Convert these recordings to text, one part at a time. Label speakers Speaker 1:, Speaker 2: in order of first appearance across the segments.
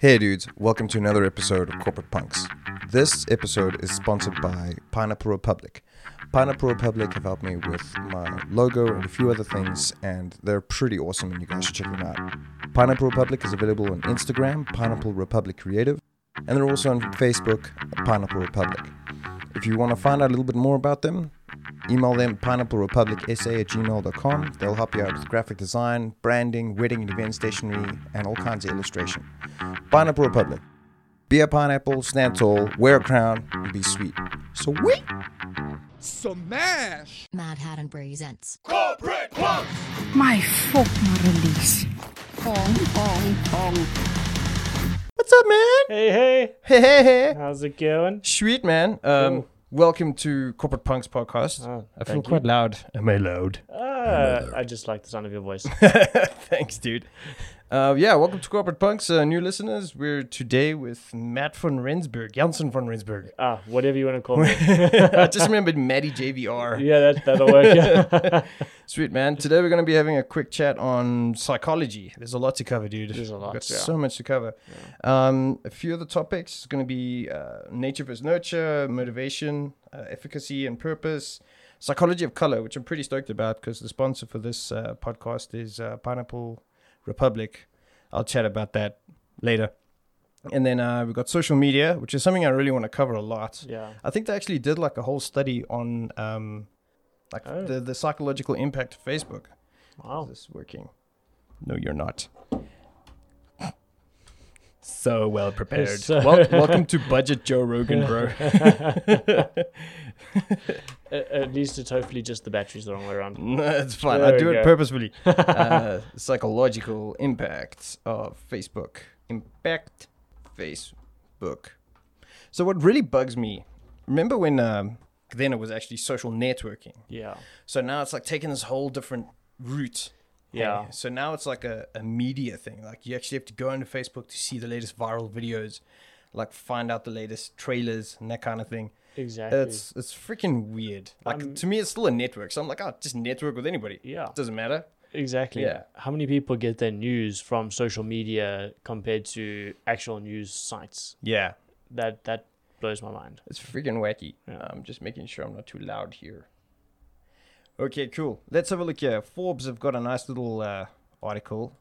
Speaker 1: Hey dudes, welcome to another episode of Corporate Punks. This episode is sponsored by Pineapple Republic. Pineapple Republic have helped me with my logo and a few other things, and they're pretty awesome, and you guys should check them out. Pineapple Republic is available on Instagram, Pineapple Republic Creative, and they're also on Facebook, Pineapple Republic. If you want to find out a little bit more about them, email them pineapplerepublicsa at gmail.com. They'll help you out with graphic design, branding, wedding and event stationery, and all kinds of illustration. Pineapple Republic. Be a pineapple, stand tall, wear a crown, and be sweet. So we.
Speaker 2: Smash!
Speaker 3: Mad Hatter presents.
Speaker 2: Corporate Punk!
Speaker 4: My fucking release.
Speaker 1: What's up, man?
Speaker 5: Hey, hey,
Speaker 1: Hey, hey, hey.
Speaker 5: how's it going?
Speaker 1: Sweet, man. Um, welcome to Corporate Punks podcast.
Speaker 5: Oh,
Speaker 1: I feel
Speaker 5: thank you.
Speaker 1: quite loud. Am I loud?
Speaker 5: Uh, I just like the sound of your voice.
Speaker 1: Thanks, dude. Uh, yeah, welcome to Corporate Punks, uh, new listeners. We're today with Matt von Rensburg, Janssen von Rensburg.
Speaker 5: ah, whatever you want to call me.
Speaker 1: I just remembered Maddie JVR.
Speaker 5: yeah, that, that'll work. yeah.
Speaker 1: Sweet, man. Today we're going to be having a quick chat on psychology. There's a lot to cover, dude.
Speaker 5: There's a lot,
Speaker 1: We've got
Speaker 5: yeah.
Speaker 1: so much to cover. Um, a few of the topics is going to be uh, nature versus nurture, motivation, uh, efficacy and purpose, psychology of color, which I'm pretty stoked about because the sponsor for this uh, podcast is uh, Pineapple Republic. I'll chat about that later. And then uh, we've got social media, which is something I really want to cover a lot.
Speaker 5: yeah.
Speaker 1: I think they actually did like a whole study on um, like
Speaker 5: Oh.
Speaker 1: the, the psychological impact of Facebook.
Speaker 5: Wow.
Speaker 1: Is this working? No, you're not. So well prepared.
Speaker 5: So-
Speaker 1: Wel- welcome to Budget Joe Rogan, bro.
Speaker 5: At, at least it's hopefully just the batteries the wrong way around.
Speaker 1: no, it's fine.
Speaker 5: There
Speaker 1: I
Speaker 5: we
Speaker 1: do it
Speaker 5: go.
Speaker 1: purposefully. Uh, psychological impact of Facebook. Impact Facebook. So what really bugs me, remember when um, then it was actually social networking.
Speaker 5: Yeah.
Speaker 1: So now it's like taking this whole different route.
Speaker 5: Yeah.
Speaker 1: Hey, So now it's like a, a media thing. Like you actually have to go onto Facebook to see the latest viral videos, like find out the latest trailers and that kind of thing.
Speaker 5: Exactly.
Speaker 1: It's it's freaking weird. Like to me, it's still a network. So I'm like, oh, just network with anybody.
Speaker 5: Yeah.
Speaker 1: doesn't matter.
Speaker 5: Exactly.
Speaker 1: Yeah.
Speaker 5: How many people get their news from social media compared to actual news sites?
Speaker 1: Yeah,
Speaker 5: That that blows my mind.
Speaker 1: it's freaking wacky. I'm just making sure I'm not too loud here. Okay, cool. Let's have a look here. Forbes have got a nice little uh, article.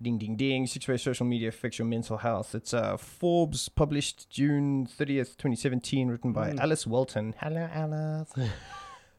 Speaker 1: Ding, ding, ding. Six ways social media affects your mental health. It's uh, Forbes published June 30th, 2017, written by Alice Walton. Hello, Alice.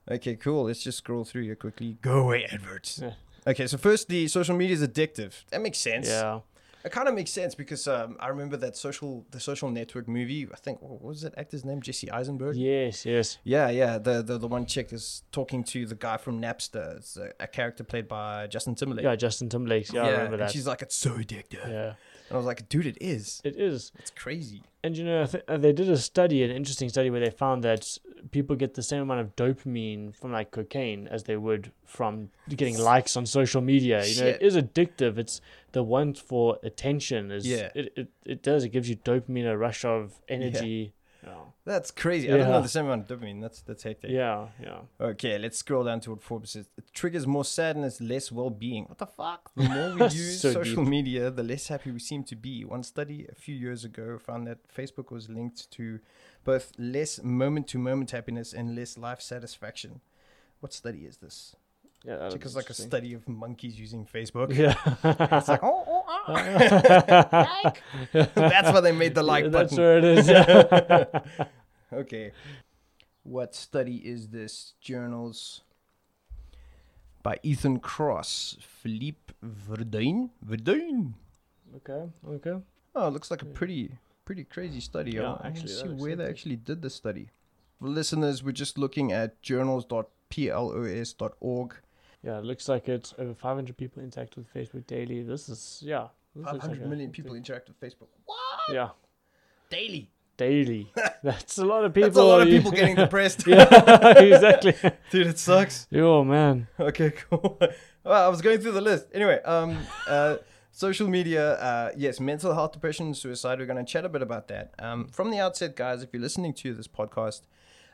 Speaker 1: okay, cool. Let's just scroll through here quickly. Go away, adverts. okay, so firstly, social media is addictive. That makes sense.
Speaker 5: Yeah.
Speaker 1: It kind of makes sense because um, I remember that social, the social network movie. I think what was that actor's name? Jesse Eisenberg.
Speaker 5: Yes. Yes.
Speaker 1: Yeah, yeah. The, the the one chick is talking to the guy from Napster. It's a, a character played by Justin Timberlake.
Speaker 5: Yeah. Justin Timberlake. Yeah, I remember
Speaker 1: and
Speaker 5: that.
Speaker 1: she's like, it's so addictive. And
Speaker 5: Yeah.
Speaker 1: I was like, dude, it is.
Speaker 5: It is.
Speaker 1: It's crazy.
Speaker 5: And you know, I th- uh, they did a study, an interesting study, where they found that people get the same amount of dopamine from like cocaine as they would from getting likes on social media. You know,
Speaker 1: Shit.
Speaker 5: it is addictive. It's the want for attention. Is
Speaker 1: Yeah.
Speaker 5: It, it it does. It gives you dopamine a rush of energy.
Speaker 1: That's crazy. I don't
Speaker 5: Yeah.
Speaker 1: know the same amount of dopamine. That's that's hectic.
Speaker 5: Yeah, yeah.
Speaker 1: Okay, let's scroll down to what Forbes says. It triggers more sadness, less well being. What the fuck? The more we use
Speaker 5: So
Speaker 1: social media, the less happy we seem to be. One study a few years ago found that Facebook was linked to both less moment to moment happiness and less life satisfaction. What study is this?
Speaker 5: Yeah, that'd
Speaker 1: Because
Speaker 5: be
Speaker 1: like a
Speaker 5: interesting.
Speaker 1: study of monkeys using Facebook.
Speaker 5: Yeah,
Speaker 1: It's like, oh, oh, oh. like. That's why they made the like
Speaker 5: that's
Speaker 1: button.
Speaker 5: where it is. Yeah.
Speaker 1: Okay. What study is this? Journals by Ethan Cross, Philippe Verdun. Verdun.
Speaker 5: okay, okay.
Speaker 1: Oh, it looks like a pretty, pretty crazy study.
Speaker 5: Yeah,
Speaker 1: I want to
Speaker 5: actually, that
Speaker 1: see
Speaker 5: looks
Speaker 1: where they
Speaker 5: hectic.
Speaker 1: actually did the study. For listeners, we're just looking at journals.plos.org.
Speaker 5: Yeah, it looks like it's over 500 people interact with Facebook daily. This is yeah. This looks
Speaker 1: Five hundred
Speaker 5: like a-
Speaker 1: million people interact with Facebook. What?
Speaker 5: Yeah.
Speaker 1: Daily.
Speaker 5: daily. That's a lot of people.
Speaker 1: That's a lot of
Speaker 5: you-
Speaker 1: people getting depressed.
Speaker 5: yeah, exactly.
Speaker 1: Dude, it sucks.
Speaker 5: Oh man.
Speaker 1: Okay, cool. well, I was going through the list. Anyway, um, uh, social media, uh, yes, mental health, depression, suicide. We're going to chat a bit about that. Um, from the outset, guys, if you're listening to this podcast,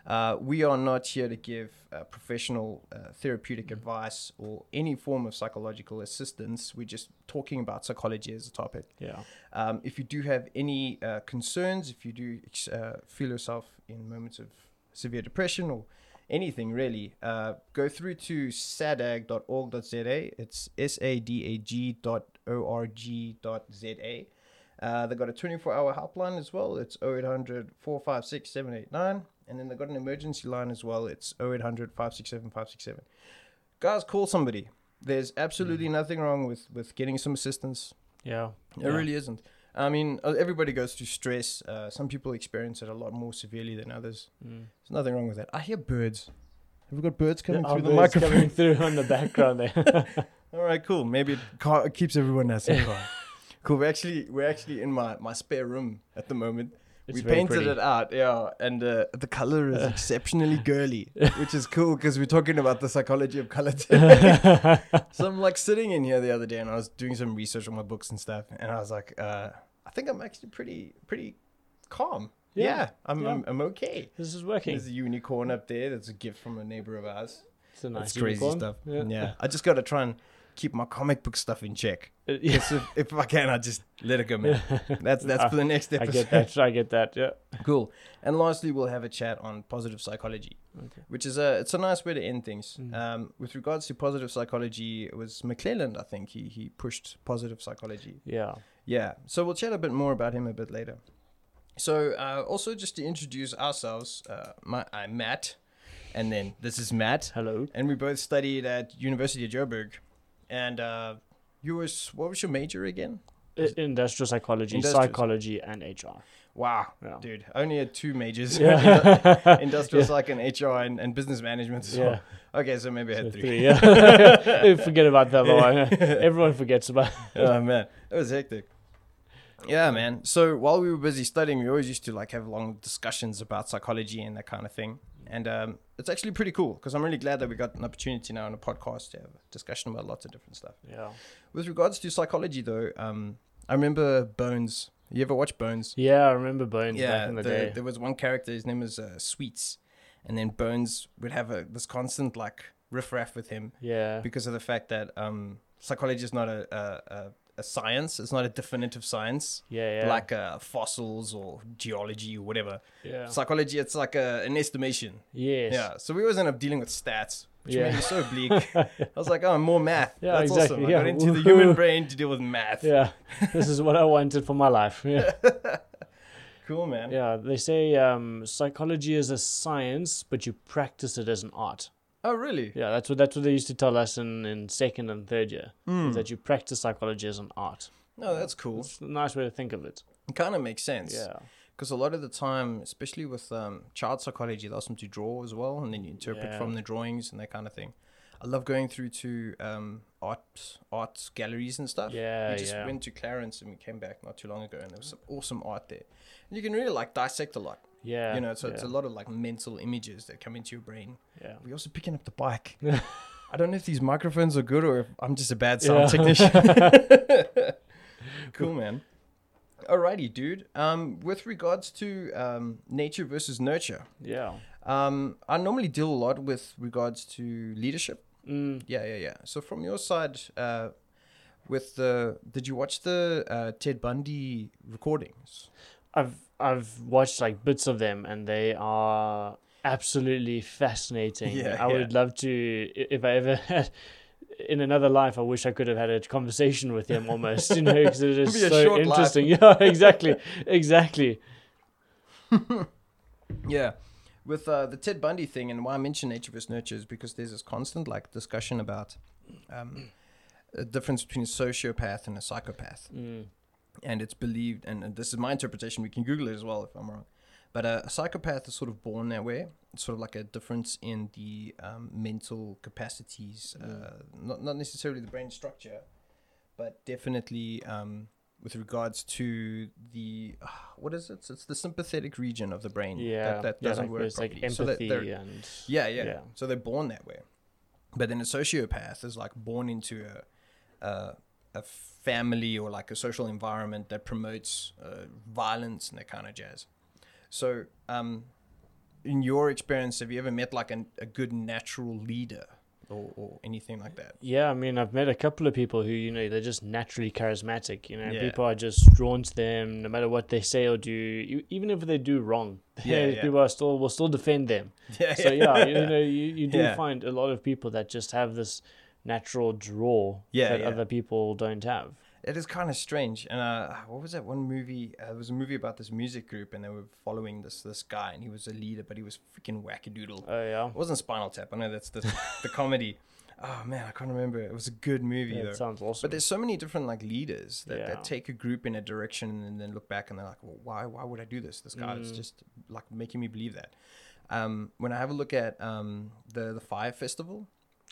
Speaker 1: Uh, we are not here to give uh, professional uh, therapeutic advice or any form of psychological assistance. We're just talking about psychology as a topic.
Speaker 5: Yeah.
Speaker 1: Um, if you do have any uh, concerns, if you do ex- uh, feel yourself in moments of severe depression or anything really, uh, go through to sadag.org.za. It's s a d a g dot o r g dot z a. Uh, they got a 24 hour helpline as well. It's 0800 456 789. And then they've got an emergency line as well. It's 0800 567 567. Guys, call somebody. There's absolutely nothing wrong with, with getting some assistance.
Speaker 5: Yeah.
Speaker 1: It
Speaker 5: yeah.
Speaker 1: really isn't. I mean, uh, everybody goes through stress. Uh, some people experience it a lot more severely than others.
Speaker 5: Mm.
Speaker 1: There's nothing wrong with that. I hear birds. Have we got birds coming
Speaker 5: Are
Speaker 1: through the
Speaker 5: those
Speaker 1: microphone?
Speaker 5: coming through on the background there.
Speaker 1: All right, cool. Maybe it ca- it keeps everyone else in calm. cool. We're actually we're actually in my, my spare room at the moment.
Speaker 5: It's
Speaker 1: we
Speaker 5: very
Speaker 1: painted
Speaker 5: pretty.
Speaker 1: it out, yeah, and uh, the color is exceptionally girly, which is cool because we're talking about the psychology of color. Today. so I'm like sitting in here the other day, and I was doing some research on my books and stuff, and I was like, uh, I think I'm actually pretty pretty calm. Yeah,
Speaker 5: Yeah,
Speaker 1: I'm,
Speaker 5: yeah.
Speaker 1: I'm I'm okay.
Speaker 5: This is working.
Speaker 1: There's a unicorn up there. That's a gift from a neighbor of ours.
Speaker 5: It's a
Speaker 1: That's
Speaker 5: nice
Speaker 1: crazy
Speaker 5: unicorn.
Speaker 1: stuff.
Speaker 5: Yeah.
Speaker 1: yeah, I just got to try and keep my comic book stuff in check.
Speaker 5: Uh, yeah.
Speaker 1: So if, if I can, I just let it go, man. That's that's for the next
Speaker 5: I
Speaker 1: episode.
Speaker 5: get that. I get that. Yeah.
Speaker 1: Cool. And lastly, we'll have a chat on positive psychology,
Speaker 5: Okay. Mm.
Speaker 1: which is a it's a nice way to end things. Um, with regards to positive psychology, it was McClelland, I think he he pushed positive psychology.
Speaker 5: Yeah.
Speaker 1: Yeah. So we'll chat a bit more about him a bit later. So uh, also just to introduce ourselves, uh, my I'm Matt, and then this is Matt,
Speaker 5: Hello.
Speaker 1: and we both studied at University of Joburg, and uh, you was what was your major again?
Speaker 5: I- Industrial psychology,
Speaker 1: Industrial.
Speaker 5: psychology, and HR.
Speaker 1: Wow,
Speaker 5: Yeah.
Speaker 1: dude, I only had two majors:
Speaker 5: Yeah.
Speaker 1: industrial psych and HR, and, and business management as well. Okay, so maybe I had three.
Speaker 5: Three. Yeah. Forget about that one. Everyone forgets about.
Speaker 1: oh man, that was hectic. Yeah, man. So while we were busy studying, we always used to like have long discussions about psychology and that kind of thing. And um, it's actually pretty cool because I'm really glad that we got an opportunity now on a podcast to have a discussion about lots of different stuff.
Speaker 5: Yeah.
Speaker 1: With regards to psychology, though, um, I remember Bones. You ever watch Bones?
Speaker 5: Yeah, I remember Bones back in the,
Speaker 1: the-
Speaker 5: day.
Speaker 1: there was one character. His name was uh, Sweets, and then Bones would have a this constant like riffraff with him
Speaker 5: yeah.
Speaker 1: because of the fact that um, psychology is not a, a, a, a science. It's not a definitive science
Speaker 5: Yeah. Yeah.
Speaker 1: like uh, fossils or geology or whatever.
Speaker 5: Yeah.
Speaker 1: Psychology, it's like a, an estimation.
Speaker 5: yes.
Speaker 1: Yeah, so we always end up dealing with stats, which
Speaker 5: Yeah.
Speaker 1: made me so bleak. I was like, oh, more math.
Speaker 5: Yeah,
Speaker 1: That's
Speaker 5: exactly,
Speaker 1: awesome. I
Speaker 5: yeah.
Speaker 1: got into the human
Speaker 5: Woohoo.
Speaker 1: brain to deal with math.
Speaker 5: Yeah. this is what I wanted for my life. Yeah.
Speaker 1: Cool, man.
Speaker 5: Yeah, they say um, psychology is a science, but you practice it as an art.
Speaker 1: Oh, really?
Speaker 5: Yeah, that's what that's what they used to tell us in, in second and third year
Speaker 1: Hmm.
Speaker 5: is that you practice psychology as an art.
Speaker 1: No, that's cool.
Speaker 5: It's a nice way to think of it.
Speaker 1: It kind of makes sense.
Speaker 5: Yeah,
Speaker 1: because a lot of the time, especially with um, child psychology, they ask them to draw as well, and then you interpret
Speaker 5: Yeah.
Speaker 1: from the drawings and that kind of thing. I love going through to um, art art galleries and stuff.
Speaker 5: Yeah,
Speaker 1: we just
Speaker 5: yeah.
Speaker 1: went to Clarence and we came back not too long ago, and there was some awesome art there. And you can really like dissect a lot,
Speaker 5: yeah.
Speaker 1: you know. So it's a
Speaker 5: yeah,
Speaker 1: lot of like mental images that come into your brain.
Speaker 5: yeah.
Speaker 1: We're also picking up the bike. I don't know if these microphones are good or if I'm just a bad sound
Speaker 5: Yeah.
Speaker 1: technician. cool, man. Alrighty, dude. Um, with regards to um, nature versus nurture,
Speaker 5: yeah.
Speaker 1: um, I normally deal a lot with regards to leadership.
Speaker 5: Mm,
Speaker 1: Yeah, yeah, yeah. So from your side, uh, with the did you watch the uh, Ted Bundy recordings?
Speaker 5: I've I've watched like bits of them, and they are absolutely fascinating.
Speaker 1: Yeah,
Speaker 5: I would love to i- if I ever had. In another life, I wish I could have had a conversation with him almost, you know, because it is
Speaker 1: Be a
Speaker 5: so
Speaker 1: short life.
Speaker 5: interesting. Yeah, exactly, exactly.
Speaker 1: Yeah. With uh, the Ted Bundy thing, and why I mention nature versus nurture is because there's this constant like discussion about um, a difference between a sociopath and a psychopath,
Speaker 5: Mm.
Speaker 1: and it's believed, and and this is my interpretation. We can Google it as well if I'm wrong. But uh, a psychopath is sort of born that way. It's sort of like a difference in the um, mental capacities,
Speaker 5: Mm.
Speaker 1: uh, not not necessarily the brain structure, but definitely um, with regards to the uh, what is it? It's the sympathetic region of the brain
Speaker 5: yeah
Speaker 1: that, that
Speaker 5: yeah,
Speaker 1: doesn't
Speaker 5: like
Speaker 1: work
Speaker 5: there's like
Speaker 1: properly.
Speaker 5: empathy
Speaker 1: so that they're,
Speaker 5: and
Speaker 1: yeah, yeah,
Speaker 5: Yeah.
Speaker 1: So they're born that way. But then a sociopath is like born into a a, a family or like a social environment that promotes uh, violence and that kind of jazz. So um, in your experience, have you ever met like an, a good natural leader or, or anything like that?
Speaker 5: Yeah, I mean, I've met a couple of people who, you know, they're just naturally charismatic. You know,
Speaker 1: Yeah.
Speaker 5: people are just drawn to them no matter what they say or do, e- even if they do wrong.
Speaker 1: Yeah, yeah.
Speaker 5: people are still will still defend them.
Speaker 1: Yeah,
Speaker 5: So yeah, you, know, you, you do
Speaker 1: Yeah.
Speaker 5: find a lot of people that just have this natural draw
Speaker 1: Yeah,
Speaker 5: that
Speaker 1: yeah.
Speaker 5: other people don't have.
Speaker 1: It is kind of strange. And uh, what was that one movie? Uh, there was a movie about this music group, and they were following this this guy, and he was a leader, but he was freaking wackadoodle.
Speaker 5: Oh yeah,
Speaker 1: it wasn't Spinal Tap. I know that's the the comedy. Oh man, I can't remember. It was a good movie
Speaker 5: yeah
Speaker 1: though.
Speaker 5: it sounds awesome.
Speaker 1: But there's so many different like leaders that,
Speaker 5: Yeah.
Speaker 1: that take a group in a direction and then look back and they're like, well, why why would I do this? This guy
Speaker 5: Mm.
Speaker 1: is just like making me believe that. Um, when I have a look at um, the the Fire Festival,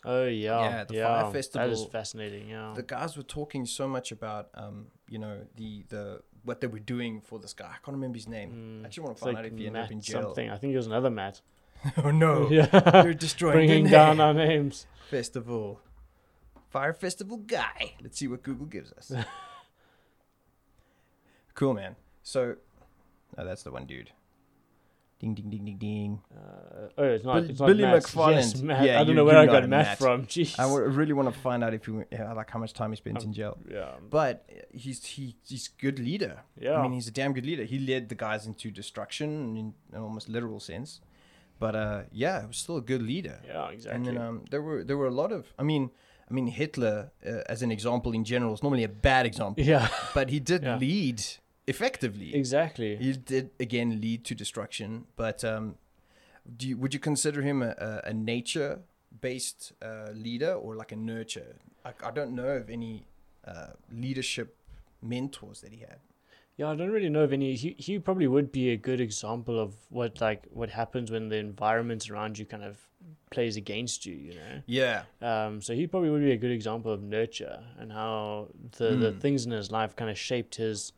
Speaker 5: oh yeah,
Speaker 1: Yeah, the Fire
Speaker 5: That is
Speaker 1: Festival-
Speaker 5: fascinating. Yeah,
Speaker 1: the guys were talking so much about um, you know the the what they were doing for this guy. I can't remember his name. I actually want to
Speaker 5: Mm. it's
Speaker 1: find
Speaker 5: like
Speaker 1: out if he ended up in
Speaker 5: Matt
Speaker 1: jail.
Speaker 5: something. I think it was another Matt.
Speaker 1: oh no,
Speaker 5: yeah,
Speaker 1: they're destroying the
Speaker 5: bringing down
Speaker 1: name.
Speaker 5: our names.
Speaker 1: Festival. Fire Festival guy. Let's see what Google gives us. cool, man. So, no, that's the one dude. Ding, ding, ding, ding, ding.
Speaker 5: Uh, oh, it's not.
Speaker 1: Bill-
Speaker 5: it's not
Speaker 1: Billy
Speaker 5: Matt. Yes,
Speaker 1: McFarland.
Speaker 5: Matt.
Speaker 1: Yeah,
Speaker 5: I don't
Speaker 1: you-
Speaker 5: know where
Speaker 1: you
Speaker 5: I
Speaker 1: got
Speaker 5: got
Speaker 1: him,
Speaker 5: Matt,
Speaker 1: Matt.
Speaker 5: from. Jeez.
Speaker 1: I wa- really want to find out if he, went- yeah, like how much time he spent
Speaker 5: Um,
Speaker 1: in jail.
Speaker 5: yeah.
Speaker 1: But uh, he's he, he's a good leader.
Speaker 5: Yeah.
Speaker 1: I mean, he's a damn good leader. He led the guys into destruction in an almost literal sense. But uh, yeah, he was still a good leader.
Speaker 5: Yeah.
Speaker 1: And
Speaker 5: Exactly.
Speaker 1: then um, there were there were a lot of. I mean, I mean Hitler uh, as an example in general is normally a bad example,
Speaker 5: yeah.
Speaker 1: but he did
Speaker 5: Yeah.
Speaker 1: lead effectively.
Speaker 5: Exactly.
Speaker 1: He did again lead to destruction. But um, do you, would you consider him a, a, a nature based uh, leader or like a nurture? I, I don't know of any uh, leadership mentors that he had.
Speaker 5: Yeah, I don't really know of any. He, he probably would be a good example of what like what happens when the environment around you kind of plays against you. You know.
Speaker 1: Yeah,
Speaker 5: Um, so he probably would be a good example of nurture and how the, the
Speaker 1: Hmm.
Speaker 5: things in his life kind of shaped his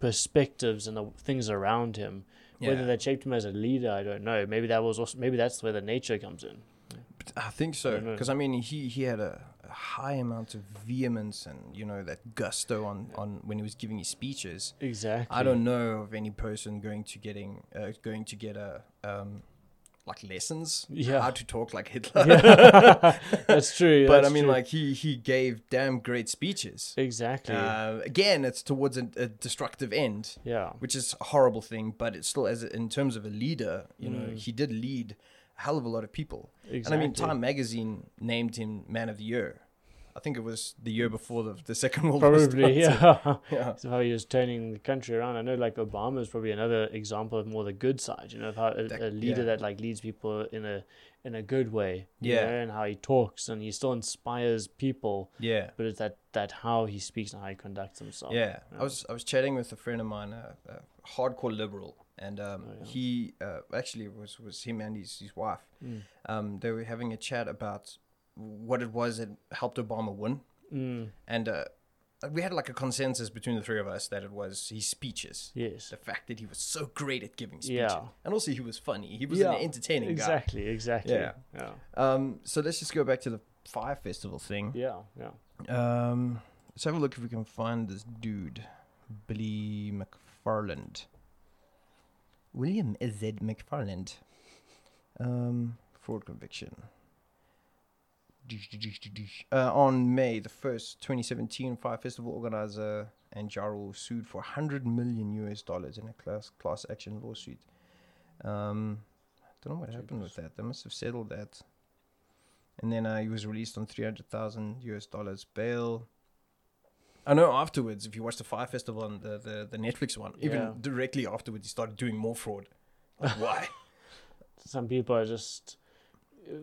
Speaker 5: perspectives and the things around him.
Speaker 1: Yeah.
Speaker 5: Whether that shaped him as a leader, I don't know. Maybe that was also maybe that's where the nature comes in.
Speaker 1: I think so.
Speaker 5: know.
Speaker 1: Because I mean, he he had a, a high amount of vehemence and you know that gusto on on when he was giving his speeches.
Speaker 5: Exactly.
Speaker 1: I don't know of any person going to getting uh, going to get a um, like lessons
Speaker 5: Yeah.
Speaker 1: how to talk like Hitler.
Speaker 5: That's true.
Speaker 1: but I
Speaker 5: that's
Speaker 1: mean,
Speaker 5: true.
Speaker 1: like he he gave damn great speeches.
Speaker 5: exactly.
Speaker 1: Uh, again, it's towards a, a destructive end,
Speaker 5: yeah.
Speaker 1: which is a horrible thing. But it's still as a- in terms of a leader, you know, he did lead a hell of a lot of people. And I mean,
Speaker 5: Mm. Exactly.
Speaker 1: Time Magazine named him Man of the Year. I think it was the year before the, the Second World War.
Speaker 5: Probably,
Speaker 1: started.
Speaker 5: yeah.
Speaker 1: Yeah.
Speaker 5: so how he was turning the country around. I know, like Obama is probably another example of more the good side. You know, of how a,
Speaker 1: That-
Speaker 5: a leader
Speaker 1: yeah.
Speaker 5: that like leads people in a in a good way. you
Speaker 1: Yeah.
Speaker 5: know, and how he talks and he still inspires people,
Speaker 1: Yeah.
Speaker 5: but it's that that how he speaks and how he conducts himself.
Speaker 1: Yeah, I was I was chatting with a friend of mine, a, a hardcore liberal, and um,
Speaker 5: Oh,
Speaker 1: he uh, actually it was was him and his his wife.
Speaker 5: Mm.
Speaker 1: Um, they were having a chat about what it was that helped Obama win,
Speaker 5: Mm,
Speaker 1: and uh, we had like a consensus between the three of us that it was his speeches.
Speaker 5: yes.
Speaker 1: The fact that he was so great at giving speeches,
Speaker 5: Yeah.
Speaker 1: and also he was funny. He was
Speaker 5: Yeah,
Speaker 1: an entertaining guy.
Speaker 5: Exactly. Exactly.
Speaker 1: Yeah.
Speaker 5: Yeah.
Speaker 1: Um, so let's just go back to the fire festival thing.
Speaker 5: Yeah. Yeah.
Speaker 1: Um, let's have a look if we can find this dude, Billy McFarland. William Z. McFarland. Um, fraud conviction. Uh, on May the 1st, 2017, Fire Festival organizer and Jarl sued for 100 million US dollars in a class class action lawsuit. Um, I don't know what happened with that. They must have settled that. And then uh, he was released on 300,000 US dollars bail. I know afterwards, if you watch the Fire Festival and the, the, the Netflix one,
Speaker 5: Yeah.
Speaker 1: even directly afterwards, he started doing more fraud. Like, why?
Speaker 5: Some people are just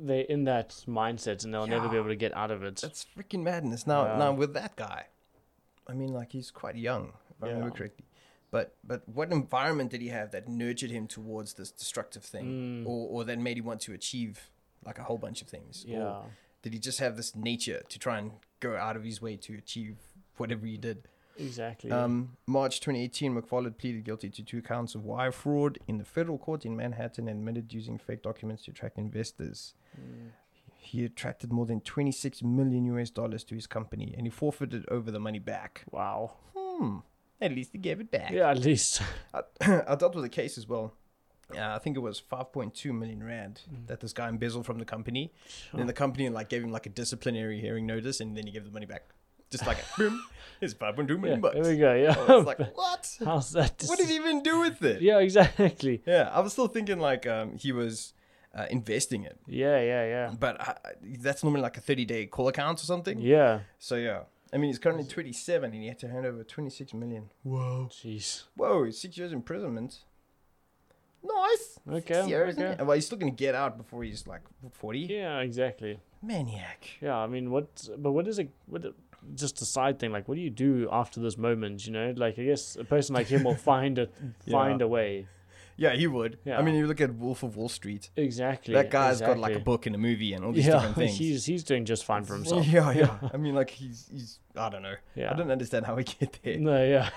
Speaker 5: they're in that mindset and they'll never be
Speaker 1: Yeah.
Speaker 5: able to get out of it.
Speaker 1: That's freaking madness. Now,
Speaker 5: Yeah.
Speaker 1: now with that guy, I mean, like he's quite young, if I remember
Speaker 5: Yeah.
Speaker 1: correctly. But but what environment did he have that nurtured him towards this destructive
Speaker 5: Mm.
Speaker 1: thing, or or that made him want to achieve like a whole bunch of things?
Speaker 5: yeah.
Speaker 1: Or did he just have this nature to try and go out of his way to achieve whatever he did?
Speaker 5: Exactly.
Speaker 1: Um, March 2018, McFarland pleaded guilty to two counts of wire fraud in the federal court in Manhattan and admitted using fake documents to attract investors.
Speaker 5: Mm.
Speaker 1: He attracted more than 26 million US dollars to his company and he forfeited over the money back.
Speaker 5: wow.
Speaker 1: Hmm. At least he gave it back.
Speaker 5: Yeah. At least.
Speaker 1: I, I dealt with a case as well uh, I think it was 5.2 million rand
Speaker 5: Mm.
Speaker 1: that this guy embezzled from the company. And then the company like gave him like a disciplinary hearing notice, and then he gave the money back, just like boom, it's 5.2
Speaker 5: Yeah,
Speaker 1: million bucks.
Speaker 5: there we go. Yeah.
Speaker 1: I was Oh, like, what?
Speaker 5: How's that?
Speaker 1: What did he even do with it?
Speaker 5: Yeah, exactly.
Speaker 1: Yeah, I was still thinking like um, he was uh, investing it,
Speaker 5: Yeah, yeah, yeah.
Speaker 1: but I, I- that's normally like a 30 day call account or something.
Speaker 5: Yeah.
Speaker 1: So yeah, I mean he's currently 27 and he had to hand over 26 million. Whoa.
Speaker 5: Jeez.
Speaker 1: Whoa, six years imprisonment. Nice.
Speaker 5: Okay,
Speaker 1: Six years.
Speaker 5: okay.
Speaker 1: in- Well, he's still gonna get out before he's like 40.
Speaker 5: Yeah, exactly.
Speaker 1: Maniac.
Speaker 5: Yeah, I mean, what? But what is it? What? Just a side thing. Like, what do you do after this moment? You know, like I guess a person like him will find a find a way.
Speaker 1: Yeah, he would.
Speaker 5: Yeah.
Speaker 1: I mean, you look at Wolf of Wall Street.
Speaker 5: Exactly.
Speaker 1: That guy's
Speaker 5: exactly.
Speaker 1: got like a book and a movie and all these
Speaker 5: Yeah,
Speaker 1: different things.
Speaker 5: he's he's doing just fine for himself.
Speaker 1: Yeah, yeah. I mean, like he's he's. I don't know.
Speaker 5: Yeah.
Speaker 1: I don't understand how we get there.
Speaker 5: No, yeah,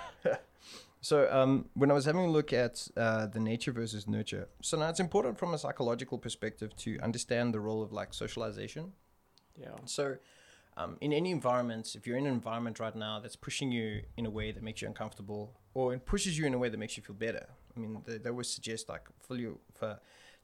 Speaker 1: So, um, when I was having a look at uh, the nature versus nurture, so now it's important from a psychological perspective to understand the role of like socialization.
Speaker 5: yeah,
Speaker 1: So, um, in any environments, if you're in an environment right now that's pushing you in a way that makes you uncomfortable, or it pushes you in a way that makes you feel better, I mean, they, they always suggest like fill you, uh,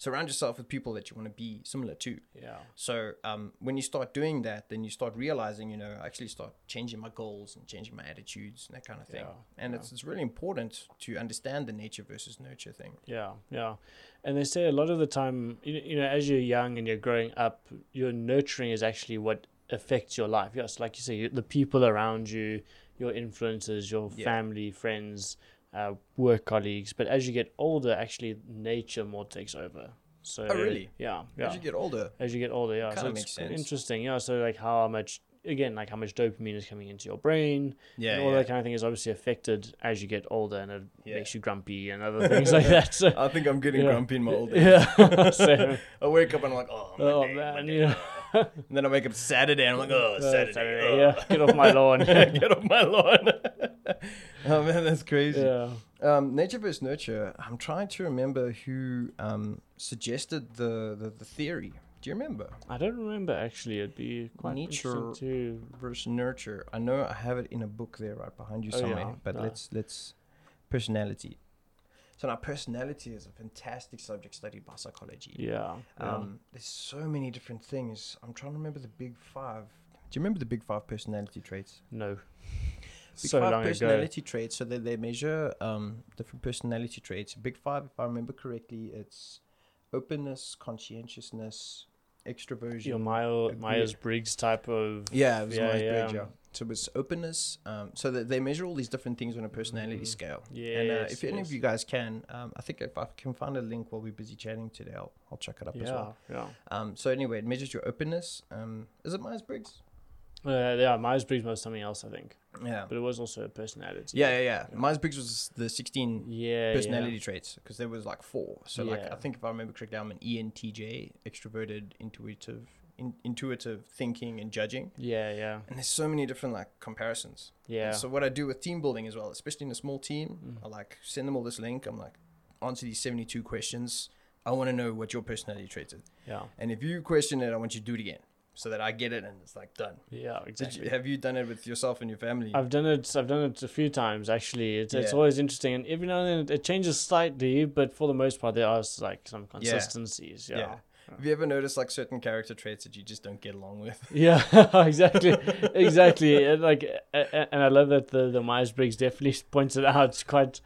Speaker 1: surround yourself with people that you want to be similar to.
Speaker 5: yeah.
Speaker 1: So um, when you start doing that, then you start realizing, you know, I actually start changing my goals and changing my attitudes and that kind of thing.
Speaker 5: Yeah,
Speaker 1: and it's, it's really important to understand the nature versus nurture thing.
Speaker 5: Yeah, yeah. And they say a lot of the time, you know, you know, as you're young and you're growing up, your nurturing is actually what affects your life. Yes, like you say, you, the people around you, your influences, your
Speaker 1: Yeah.
Speaker 5: family, friends, uh, work colleagues. But as you get older, actually, nature more takes over. So,
Speaker 1: Oh, really?
Speaker 5: Yeah, yeah.
Speaker 1: As you get older,
Speaker 5: As you get older, yeah. so
Speaker 1: Kinda
Speaker 5: it's
Speaker 1: makes sense.
Speaker 5: interesting, yeah. So like how much again, like how much dopamine is coming into your brain.
Speaker 1: Yeah,
Speaker 5: And all
Speaker 1: yeah.
Speaker 5: that kind of thing is obviously affected as you get older and it
Speaker 1: Yeah.
Speaker 5: makes you grumpy and other things like that. So
Speaker 1: I think I'm getting
Speaker 5: Yeah.
Speaker 1: grumpy in my old age.
Speaker 5: yeah. so,
Speaker 1: I wake up and I'm like, oh, my
Speaker 5: oh
Speaker 1: day, my
Speaker 5: man,
Speaker 1: day.
Speaker 5: you know,
Speaker 1: And then I wake up Saturday and I'm like, oh, Saturday.
Speaker 5: Saturday,
Speaker 1: oh.
Speaker 5: yeah, get off my lawn.
Speaker 1: Get off my lawn. oh, man, that's crazy.
Speaker 5: yeah.
Speaker 1: Um, nature versus nurture. I'm trying to remember who um, suggested the, the, the theory. Do you remember?
Speaker 5: I don't remember actually. It'd be quite
Speaker 1: Nature-
Speaker 5: interesting to.
Speaker 1: versus nurture. I know I have it in a book there right behind you
Speaker 5: Oh,
Speaker 1: somewhere,
Speaker 5: yeah.
Speaker 1: but
Speaker 5: No.
Speaker 1: let's let's personality. So now personality is a fantastic subject studied by psychology.
Speaker 5: Yeah. yeah.
Speaker 1: Um, there's so many different things. I'm trying to remember the big five. Do you remember the big five personality traits?
Speaker 5: no.
Speaker 1: Big
Speaker 5: So
Speaker 1: five
Speaker 5: long ago.
Speaker 1: personality traits. So they, they measure um, different personality traits. Big five, if I remember correctly, it's openness, conscientiousness, extroversion.
Speaker 5: Your Myo-
Speaker 1: Agreed.
Speaker 5: Myers Briggs type of.
Speaker 1: Yeah, it was
Speaker 5: Yeah,
Speaker 1: Myers
Speaker 5: yeah.
Speaker 1: Briggs. Yeah. So it's openness. Um, so that they measure all these different things on a personality scale. and uh,
Speaker 5: Mm-hmm. Yes,
Speaker 1: if any
Speaker 5: yes.
Speaker 1: of you guys can, um, I think if I can find a link while we're busy chatting today, I'll, I'll check it up as
Speaker 5: Yeah,
Speaker 1: well.
Speaker 5: yeah.
Speaker 1: Um, so anyway, it measures your openness. Um, is it Myers Briggs?
Speaker 5: Uh, yeah, Myers Briggs was something else, I think,
Speaker 1: Yeah.
Speaker 5: but it was also a personality.
Speaker 1: Yeah, yeah, yeah. Myers Briggs was the 16
Speaker 5: yeah,
Speaker 1: personality traits because there was like four. So like
Speaker 5: Yeah.
Speaker 1: I think if I remember correctly, I'm an E ENTJ, extroverted, intuitive, in, intuitive thinking and judging.
Speaker 5: Yeah, yeah,
Speaker 1: And there's so many different like comparisons.
Speaker 5: yeah, Mm.
Speaker 1: And So what I do with team building as well, especially in a small team, I like send them all this link. I'm like, answer these 72 questions. I want to know what your personality traits is.
Speaker 5: yeah,
Speaker 1: And if you question it, I want you to do it again so that I get it and it's like done.
Speaker 5: yeah.
Speaker 1: Did
Speaker 5: Exactly.
Speaker 1: you, have you done it with yourself and your family?
Speaker 5: I've done it. I've done it a few times actually. It's, it's
Speaker 1: Yeah.
Speaker 5: always interesting, and every now and then it changes slightly, but for the most part, there are like some consistencies. Yeah,
Speaker 1: Have you ever noticed like certain character traits that you just don't get along with?
Speaker 5: yeah, exactly, exactly. And like, a- a- and I love that the the Myers Briggs definitely points it out. It's quite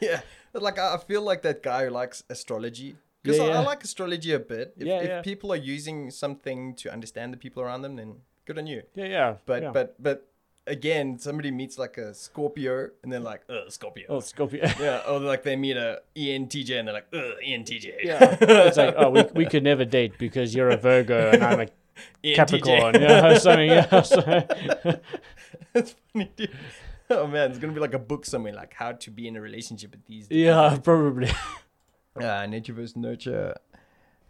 Speaker 1: yeah. But, Like I I feel like that guy who likes astrology. Because
Speaker 5: Yeah,
Speaker 1: I, I
Speaker 5: yeah.
Speaker 1: like astrology a bit. If,
Speaker 5: Yeah,
Speaker 1: if
Speaker 5: yeah.
Speaker 1: people are using something to understand the people around them, then good on you.
Speaker 5: yeah, yeah.
Speaker 1: But
Speaker 5: yeah.
Speaker 1: but but again, somebody meets like a Scorpio and they're like, uh Scorpio.
Speaker 5: oh, Scorpio.
Speaker 1: Yeah, or like they meet a E ENTJ and they're like, uh ENTJ.
Speaker 5: Yeah, it's like oh, we we could never date because you're a Virgo and I'm a
Speaker 1: ENTJ.
Speaker 5: Capricorn, you know, something else.
Speaker 1: That's funny, dude. Oh man, it's gonna be like a book somewhere, like how to be in a relationship with these.
Speaker 5: yeah, probably.
Speaker 1: Uh, nature versus nurture.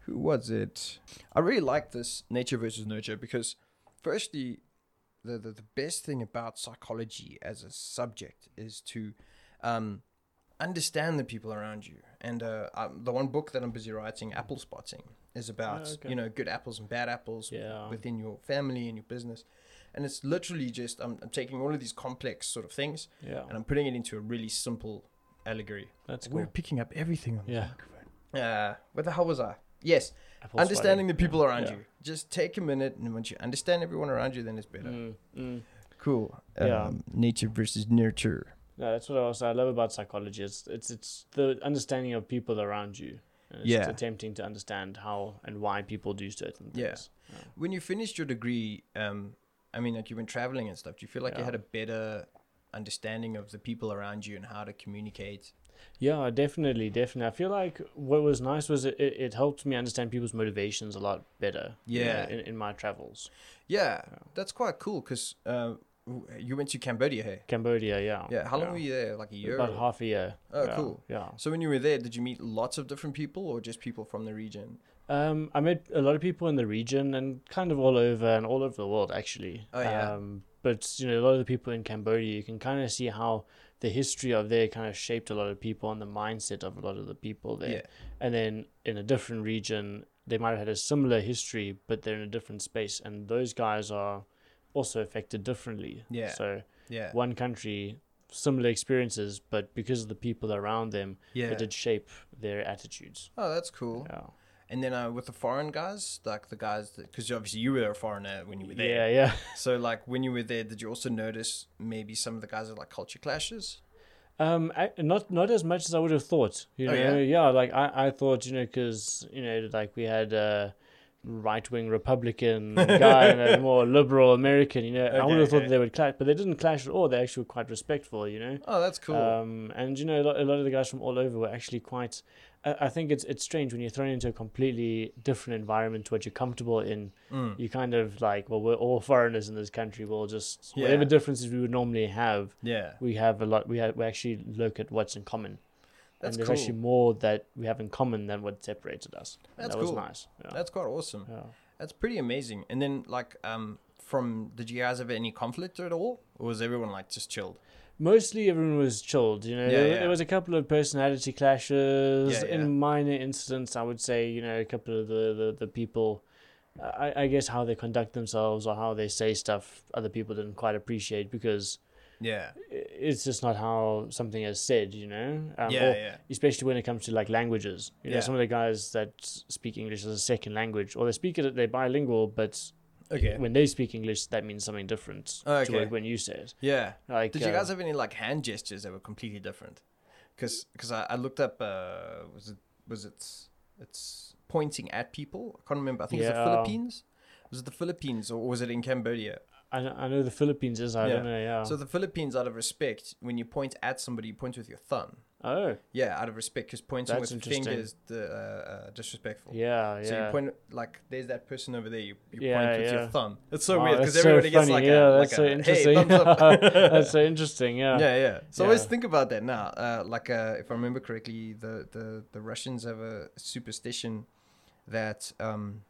Speaker 1: Who was it? I really like this nature versus nurture because, firstly, the, the, the best thing about psychology as a subject is to um, understand the people around you. And uh, um, the one book that I'm busy writing, Apple Spotting, is about
Speaker 5: Oh, okay.
Speaker 1: you know good apples and bad apples
Speaker 5: Yeah.
Speaker 1: within your family and your business. And it's literally just I'm, I'm taking all of these complex sort of things
Speaker 5: Yeah,
Speaker 1: and I'm putting it into a really simple allegory.
Speaker 5: that's
Speaker 1: We're
Speaker 5: cool.
Speaker 1: picking up everything on the
Speaker 5: Yeah.
Speaker 1: microphone. uh, where the hell was I? Yes,
Speaker 5: Apple
Speaker 1: understanding the people around
Speaker 5: Yeah.
Speaker 1: you. Just take a minute, and once you understand everyone around you, then it's better.
Speaker 5: Mm, mm.
Speaker 1: Cool.
Speaker 5: Yeah.
Speaker 1: Um, nature versus nurture.
Speaker 5: No, that's what I also I love about psychology. It's it's it's the understanding of people around you. And it's
Speaker 1: Yeah.
Speaker 5: attempting to understand how and why people do certain
Speaker 1: Yeah.
Speaker 5: things. Yeah.
Speaker 1: When you finished your degree, um, I mean, like you went traveling and stuff. Do you feel like you
Speaker 5: Yeah.
Speaker 1: had a better understanding of the people around you and how to communicate?
Speaker 5: Yeah, definitely, definitely. I feel like what was nice was it, it, it helped me understand people's motivations a lot better. you know,
Speaker 1: Yeah.
Speaker 5: in, in my travels,
Speaker 1: Yeah, that's quite cool because uh, you went to Cambodia. Hey,
Speaker 5: Cambodia. Yeah.
Speaker 1: yeah. How long were you there? Like a year.
Speaker 5: About
Speaker 1: or-
Speaker 5: half a year.
Speaker 1: Oh,
Speaker 5: yeah,
Speaker 1: cool.
Speaker 5: Yeah.
Speaker 1: So when you were there, did you meet lots of different people or just people from the region?
Speaker 5: Um, I met a lot of people in the region and kind of all over and all over the world actually.
Speaker 1: Oh, yeah.
Speaker 5: Um, but you know, a lot of the people in Cambodia, you can kind of see how the history of there kind of shaped a lot of people and the mindset of a lot of the people there.
Speaker 1: Yeah.
Speaker 5: And then in a different region, they might have had a similar history, but they're in a different space, and those guys are also affected differently.
Speaker 1: Yeah.
Speaker 5: So
Speaker 1: Yeah.
Speaker 5: one country, similar experiences, but because of the people around them,
Speaker 1: Yeah.
Speaker 5: it did shape their attitudes.
Speaker 1: Oh, that's cool.
Speaker 5: Yeah.
Speaker 1: And then uh, with the foreign guys, like the guys, because obviously you were a foreigner when you were there.
Speaker 5: Yeah. Yeah.
Speaker 1: So like when you were there, did you also notice maybe some of the guys are like culture clashes?
Speaker 5: Um, I, not not as much as I would have thought. You
Speaker 1: Oh,
Speaker 5: know,
Speaker 1: yeah?
Speaker 5: yeah? like I, I thought, you know, because you know, like we had a right wing Republican guy and a more liberal American. You know, I would
Speaker 1: Okay,
Speaker 5: have thought
Speaker 1: okay.
Speaker 5: they would clash, but they didn't clash at all. They actually were quite respectful. You know,
Speaker 1: Oh, that's cool.
Speaker 5: um, and you know, a lot, a lot of the guys from all over were actually quite. I, I think it's it's strange when you're thrown into a completely different environment to what you're comfortable in.
Speaker 1: Mm.
Speaker 5: You kind of like, well, we're all foreigners in this country. We'll just whatever
Speaker 1: Yeah.
Speaker 5: differences we would normally have
Speaker 1: yeah,
Speaker 5: we have a lot we have we actually look at what's in common
Speaker 1: that's
Speaker 5: and there's
Speaker 1: cool.
Speaker 5: actually more that we have in common than what separated us And
Speaker 1: That's
Speaker 5: that was
Speaker 1: cool.
Speaker 5: nice yeah.
Speaker 1: that's quite awesome.
Speaker 5: yeah.
Speaker 1: That's pretty amazing. And then like um, from did you guys have any conflict at all, or was everyone like just chilled?
Speaker 5: mostly everyone was chilled you know
Speaker 1: Yeah,
Speaker 5: there,
Speaker 1: yeah.
Speaker 5: there was a couple of personality clashes
Speaker 1: Yeah, yeah.
Speaker 5: in minor incidents i would say you know a couple of the the, the people I, I guess how they conduct themselves or how they say stuff other people didn't quite appreciate because
Speaker 1: Yeah,
Speaker 5: i- it's just not how something is said you know um,
Speaker 1: yeah,
Speaker 5: or-
Speaker 1: yeah,
Speaker 5: especially when it comes to like languages. You
Speaker 1: Yeah.
Speaker 5: know, some of the guys that s- speak English as a second language, or they speak it, they're bilingual, but
Speaker 1: okay,
Speaker 5: when they speak English, that means something different to
Speaker 1: Okay.
Speaker 5: what, when you say it.
Speaker 1: yeah.
Speaker 5: Like,
Speaker 1: Did you guys
Speaker 5: uh,
Speaker 1: have any like hand gestures that were completely different? Because I, I looked up uh, was it was it it's pointing at people. I can't remember. I think it's the
Speaker 5: Yeah.
Speaker 1: Philippines. Was it the Philippines or was it in Cambodia?
Speaker 5: I, kn- I know the Philippines is. I
Speaker 1: Yeah.
Speaker 5: don't know. Yeah.
Speaker 1: So the Philippines, out of respect, when you point at somebody, you point with your thumb.
Speaker 5: oh,
Speaker 1: Yeah, out of respect, because pointing
Speaker 5: That's
Speaker 1: with
Speaker 5: interesting.
Speaker 1: fingers the uh, uh, disrespectful.
Speaker 5: yeah, yeah.
Speaker 1: So you point like there's that person over there. You, you
Speaker 5: Yeah,
Speaker 1: point with your
Speaker 5: yeah.
Speaker 1: thumb. It's so
Speaker 5: Wow,
Speaker 1: weird
Speaker 5: Oh, that's
Speaker 1: because everybody gets
Speaker 5: funny.
Speaker 1: like a,
Speaker 5: yeah,
Speaker 1: like
Speaker 5: that's so
Speaker 1: a,
Speaker 5: interesting.
Speaker 1: hey thumbs up.
Speaker 5: that's so interesting. Yeah.
Speaker 1: yeah, yeah. So I always
Speaker 5: Yeah.
Speaker 1: think about that now. Uh, like, uh, if I remember correctly, the, the, the Russians have a superstition that um,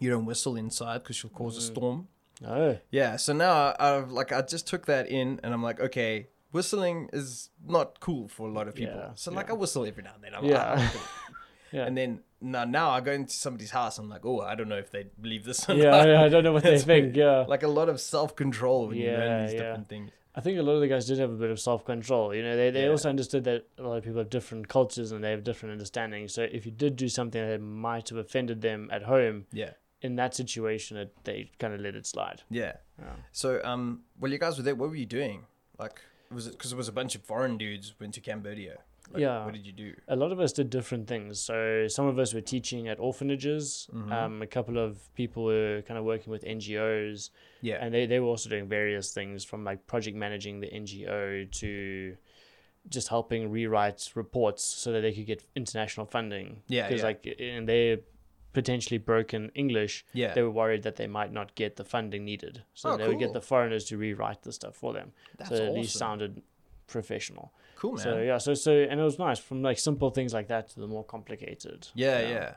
Speaker 1: you don't whistle inside because you'll cause a
Speaker 5: Mm.
Speaker 1: storm.
Speaker 5: Oh,
Speaker 1: Yeah. So now I've like I just took that in and I'm like, okay, whistling is not cool for a lot of people.
Speaker 5: Yeah,
Speaker 1: so like
Speaker 5: yeah.
Speaker 1: I whistle every now and then. I'm
Speaker 5: Yeah.
Speaker 1: like, "Ah, okay."
Speaker 5: Yeah.
Speaker 1: And then now now I go into somebody's house. I'm like, oh, I don't know if they believe this or
Speaker 5: yeah,
Speaker 1: not.
Speaker 5: yeah. I don't know what they
Speaker 1: It's
Speaker 5: think. Yeah.
Speaker 1: Like a lot of self control when you learn
Speaker 5: Yeah,
Speaker 1: these
Speaker 5: yeah.
Speaker 1: different things.
Speaker 5: I think a lot of the guys did have a bit of self control. You know, they, they
Speaker 1: Yeah.
Speaker 5: also understood that a lot of people have different cultures and they have different understandings. So if you did do something that might have offended them at home,
Speaker 1: Yeah.
Speaker 5: in that situation, it, they kind of let it slide.
Speaker 1: Yeah.
Speaker 5: Yeah.
Speaker 1: So, um, while you guys were there, what were you doing? Like, was it because it was a bunch of foreign dudes went to Cambodia? Like,
Speaker 5: Yeah.
Speaker 1: What did you do?
Speaker 5: A lot of us did different things. So some of us were teaching at orphanages. Um, a couple of people were kind of working with NGOs.
Speaker 1: Yeah.
Speaker 5: and they, they were also doing various things from like project managing the NGO to just helping rewrite reports so that they could get international funding.
Speaker 1: Yeah,
Speaker 5: because
Speaker 1: yeah.
Speaker 5: like in their potentially broken English,
Speaker 1: Yeah.
Speaker 5: they were worried that they might not get the funding needed, so
Speaker 1: Oh,
Speaker 5: they would
Speaker 1: cool.
Speaker 5: get the foreigners to rewrite the stuff for them.
Speaker 1: That's
Speaker 5: so it at least
Speaker 1: awesome.
Speaker 5: sounded professional.
Speaker 1: cool, man.
Speaker 5: So yeah, so so and it was nice from like simple things like that to the more complicated.
Speaker 1: yeah, yeah,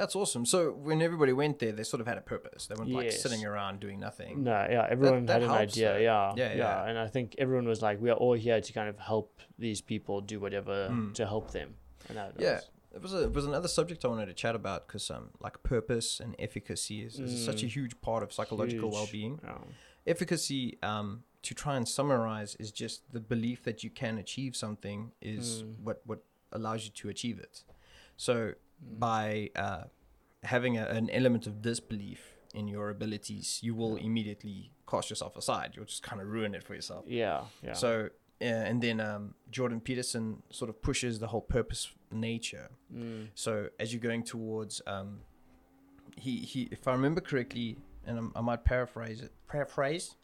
Speaker 1: That's awesome. So, when everybody went there, they sort of had a purpose. They weren't like
Speaker 5: Yes.
Speaker 1: sitting around doing nothing.
Speaker 5: No, yeah, everyone
Speaker 1: that
Speaker 5: had an
Speaker 1: helps,
Speaker 5: idea.
Speaker 1: though.
Speaker 5: Yeah,
Speaker 1: Yeah,
Speaker 5: yeah,
Speaker 1: yeah.
Speaker 5: and I think everyone was like, we are all here to kind of help these people do whatever to help them. And that
Speaker 1: Hmm. Yeah.
Speaker 5: was-
Speaker 1: It was, a, it was another subject I wanted to chat about because um, like purpose and efficacy is, is such a huge part of psychological
Speaker 5: Mm. huge.
Speaker 1: well-being.
Speaker 5: Yeah.
Speaker 1: efficacy um, to try and summarize is just the belief that you can achieve something is what what allows you to achieve it So by uh, having a, an element of disbelief in your abilities, you will immediately cast yourself aside. You'll just kind of ruin it for yourself.
Speaker 5: Yeah. Yeah.
Speaker 1: So, uh, and then um, Jordan Peterson sort of pushes the whole purpose nature.
Speaker 5: Mm.
Speaker 1: So as you're going towards, um, he he, if I remember correctly, and I'm, I might paraphrase it, paraphrase,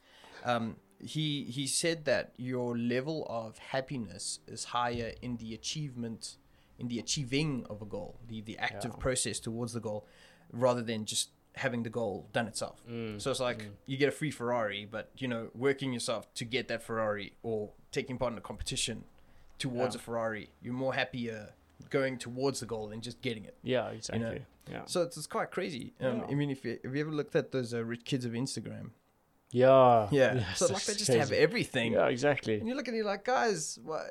Speaker 1: um, he he said that your level of happiness is higher in the achievement, in the achieving of a goal, the the active
Speaker 5: Yeah.
Speaker 1: process towards the goal, rather than just having the goal done itself.
Speaker 5: Mm.
Speaker 1: So it's like you get a free Ferrari, but you know, working yourself to get that Ferrari or taking part in a competition towards
Speaker 5: Yeah.
Speaker 1: a Ferrari, you're more happier going towards the goal than just getting it.
Speaker 5: yeah. Exactly. yeah.
Speaker 1: So it's, it's quite crazy. Um,
Speaker 5: Yeah.
Speaker 1: I mean, if you, if you ever looked at those uh, rich kids of Instagram,
Speaker 5: Yeah.
Speaker 1: yeah,
Speaker 5: Yes,
Speaker 1: so like
Speaker 5: that's
Speaker 1: they just
Speaker 5: crazy.
Speaker 1: have everything,
Speaker 5: Yeah. Exactly.
Speaker 1: and you look at it like, guys, what,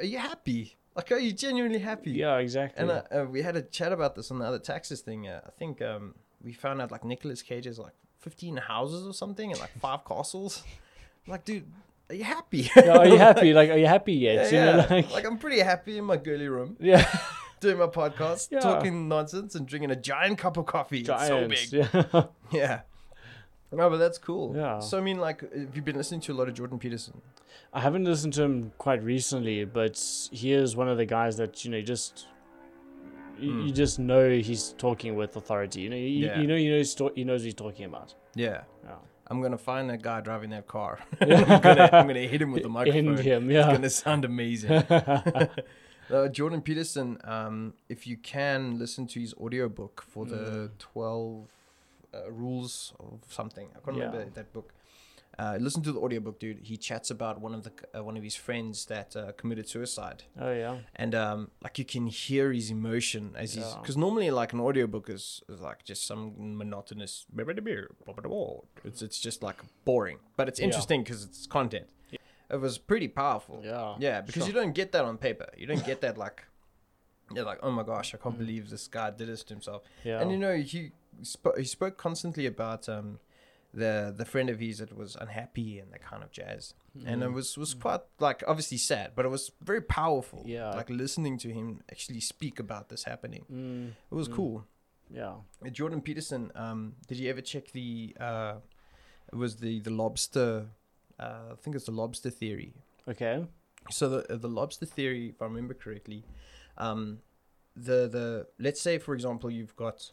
Speaker 1: are you happy? Like, are you genuinely happy?
Speaker 5: Yeah. Exactly.
Speaker 1: And uh, uh, we had a chat about this on the other taxes thing. Uh, I think um, we found out like Nicolas Cage has like 15 houses or something and like five castles. I'm like, dude, are you happy?
Speaker 5: Yeah, are you happy? Like, are you happy
Speaker 1: yeah,
Speaker 5: yet? You
Speaker 1: yeah.
Speaker 5: know, like,
Speaker 1: like... I'm pretty happy in my girly room
Speaker 5: yeah,
Speaker 1: doing my podcast,
Speaker 5: Yeah.
Speaker 1: talking nonsense and drinking a giant cup of coffee. It's so
Speaker 5: giants.
Speaker 1: big.
Speaker 5: Yeah.
Speaker 1: Yeah. No, but that's cool.
Speaker 5: Yeah.
Speaker 1: So I mean, like, have you been listening to a lot of Jordan Peterson?
Speaker 5: I haven't listened to him quite recently, but he is one of the guys that you know just you, you just know he's talking with authority. You know, you,
Speaker 1: Hmm. Yeah.
Speaker 5: you know, you know, he's ta- he knows what he's talking about.
Speaker 1: Yeah.
Speaker 5: Yeah.
Speaker 1: I'm gonna find that guy driving that car. I'm, gonna, I'm gonna hit him with the microphone.
Speaker 5: End him,
Speaker 1: It's
Speaker 5: yeah.
Speaker 1: gonna sound amazing. Uh, Jordan Peterson, um, if you can listen to his audiobook for the
Speaker 5: Hmm.
Speaker 1: 12 uh, rules of something, I can't
Speaker 5: Yeah.
Speaker 1: remember that book. Uh, listen to the audiobook, dude. He chats about one of the uh, one of his friends that uh, committed suicide,
Speaker 5: Oh yeah,
Speaker 1: and um, like you can hear his emotion as he's
Speaker 5: Yeah.
Speaker 1: because normally like an audiobook is, is like just some monotonous it's it's just like boring, but it's
Speaker 5: Yeah.
Speaker 1: interesting because it's content. It was pretty powerful.
Speaker 5: yeah,
Speaker 1: Yeah, because you don't get that on paper. You don't get that like you're like, oh my gosh, I can't believe this guy did this to himself.
Speaker 5: Mm. yeah,
Speaker 1: And you know, he spoke he spoke constantly about um the the friend of his that was unhappy and that kind of jazz. And
Speaker 5: Mm-hmm.
Speaker 1: it was
Speaker 5: Mm.
Speaker 1: was quite like obviously sad, but it was very powerful.
Speaker 5: Yeah.
Speaker 1: Like listening to him actually speak about this happening.
Speaker 5: mm,
Speaker 1: It was cool.
Speaker 5: yeah.
Speaker 1: Uh, Jordan Peterson, um, did you ever check the uh it was the the lobster uh, I think it's the lobster theory.
Speaker 5: Okay.
Speaker 1: So the the lobster theory, if I remember correctly, um, the the let's say for example you've got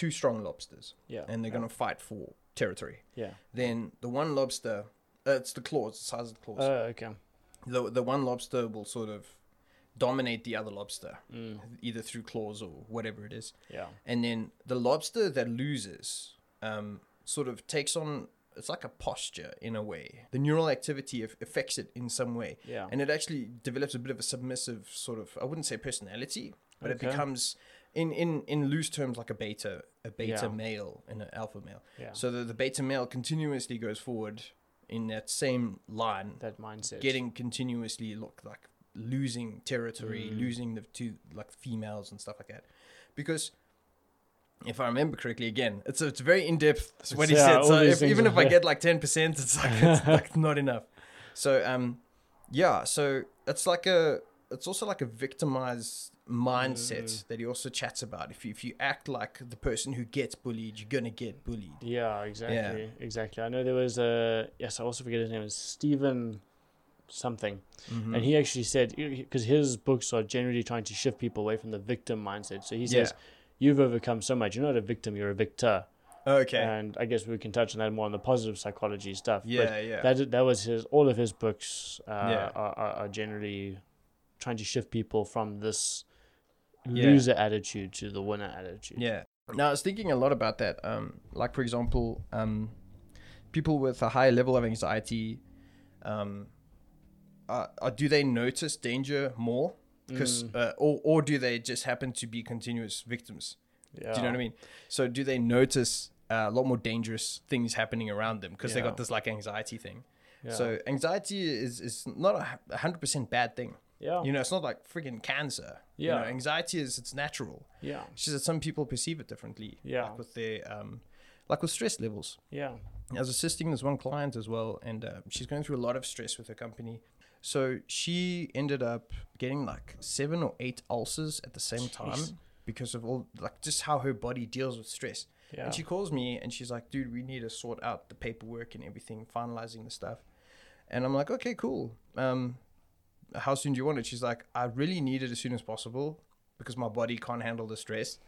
Speaker 1: two strong lobsters
Speaker 5: Yeah.
Speaker 1: and they're
Speaker 5: yeah,
Speaker 1: gonna fight for territory.
Speaker 5: Yeah.
Speaker 1: Then the one lobster, uh, it's the claws, the size of the claws.
Speaker 5: Oh okay.
Speaker 1: the the one lobster will sort of dominate the other lobster,
Speaker 5: Mm,
Speaker 1: either through claws or whatever it is.
Speaker 5: yeah.
Speaker 1: And then the lobster that loses, um, sort of takes on it's like a posture in a way. The neural activity af- affects it in some way
Speaker 5: Yeah.
Speaker 1: and it actually develops a bit of a submissive sort of i wouldn't say personality but
Speaker 5: Okay.
Speaker 1: it becomes in in in loose terms like a beta a beta
Speaker 5: Yeah.
Speaker 1: male and an alpha male
Speaker 5: yeah.
Speaker 1: so the, the beta male continuously goes forward in that same line
Speaker 5: that mindset.
Speaker 1: getting continuously look like losing territory
Speaker 5: Mm.
Speaker 1: losing the two like females and stuff like that because if I remember correctly, again, it's it's very in depth what he
Speaker 5: Yeah,
Speaker 1: said.
Speaker 5: all
Speaker 1: So
Speaker 5: these
Speaker 1: if,
Speaker 5: things
Speaker 1: even
Speaker 5: are-
Speaker 1: if I get like ten percent, it's like it's like not enough. So um, yeah. So it's like a it's also like a victimized mindset
Speaker 5: Mm.
Speaker 1: that he also chats about. If you, if you act like the person who gets bullied, you're gonna get bullied.
Speaker 5: Yeah, exactly, exactly. I know there was a yes. I also forget his name. It's Stephen something,
Speaker 1: Mm-hmm.
Speaker 5: and he actually said because his books are generally trying to shift people away from the victim mindset. So he says, "You've overcome so much. You're not a victim. You're a victor."
Speaker 1: Okay.
Speaker 5: And I guess we can touch on that more on the positive psychology stuff. but
Speaker 1: yeah. Yeah.
Speaker 5: That that was his. All of his books uh,
Speaker 1: Yeah.
Speaker 5: are, are are generally trying to shift people from this
Speaker 1: Yeah.
Speaker 5: loser attitude to the winner attitude.
Speaker 1: Yeah. Now I was thinking a lot about that. Um, like for example, um, people with a high level of anxiety, um, uh, uh, do they notice danger more? Because uh, or or do they just happen to be continuous victims? Do you know what I mean? So do they notice uh, a lot more dangerous things happening around them because they
Speaker 5: Yeah.
Speaker 1: got this like anxiety thing?
Speaker 5: Yeah.
Speaker 1: So anxiety is is not a hu- a hundred percent bad thing.
Speaker 5: Yeah.
Speaker 1: You know, it's not like freaking cancer. You know,
Speaker 5: Yeah.
Speaker 1: anxiety is it's natural.
Speaker 5: yeah.
Speaker 1: It's just that some people perceive it differently.
Speaker 5: Yeah.
Speaker 1: Like with their, um, like with stress levels.
Speaker 5: Yeah.
Speaker 1: I was assisting this one client as well, and uh, she's going through a lot of stress with her company. So she ended up getting like seven or eight ulcers at the same time because of all like just how her body deals with stress.
Speaker 5: Yeah.
Speaker 1: And she calls me and she's like, dude, we need to sort out the paperwork and everything, finalizing the stuff. And I'm like, okay, cool. Um, how soon do you want it? She's like, I really need it as soon as possible because my body can't handle the stress.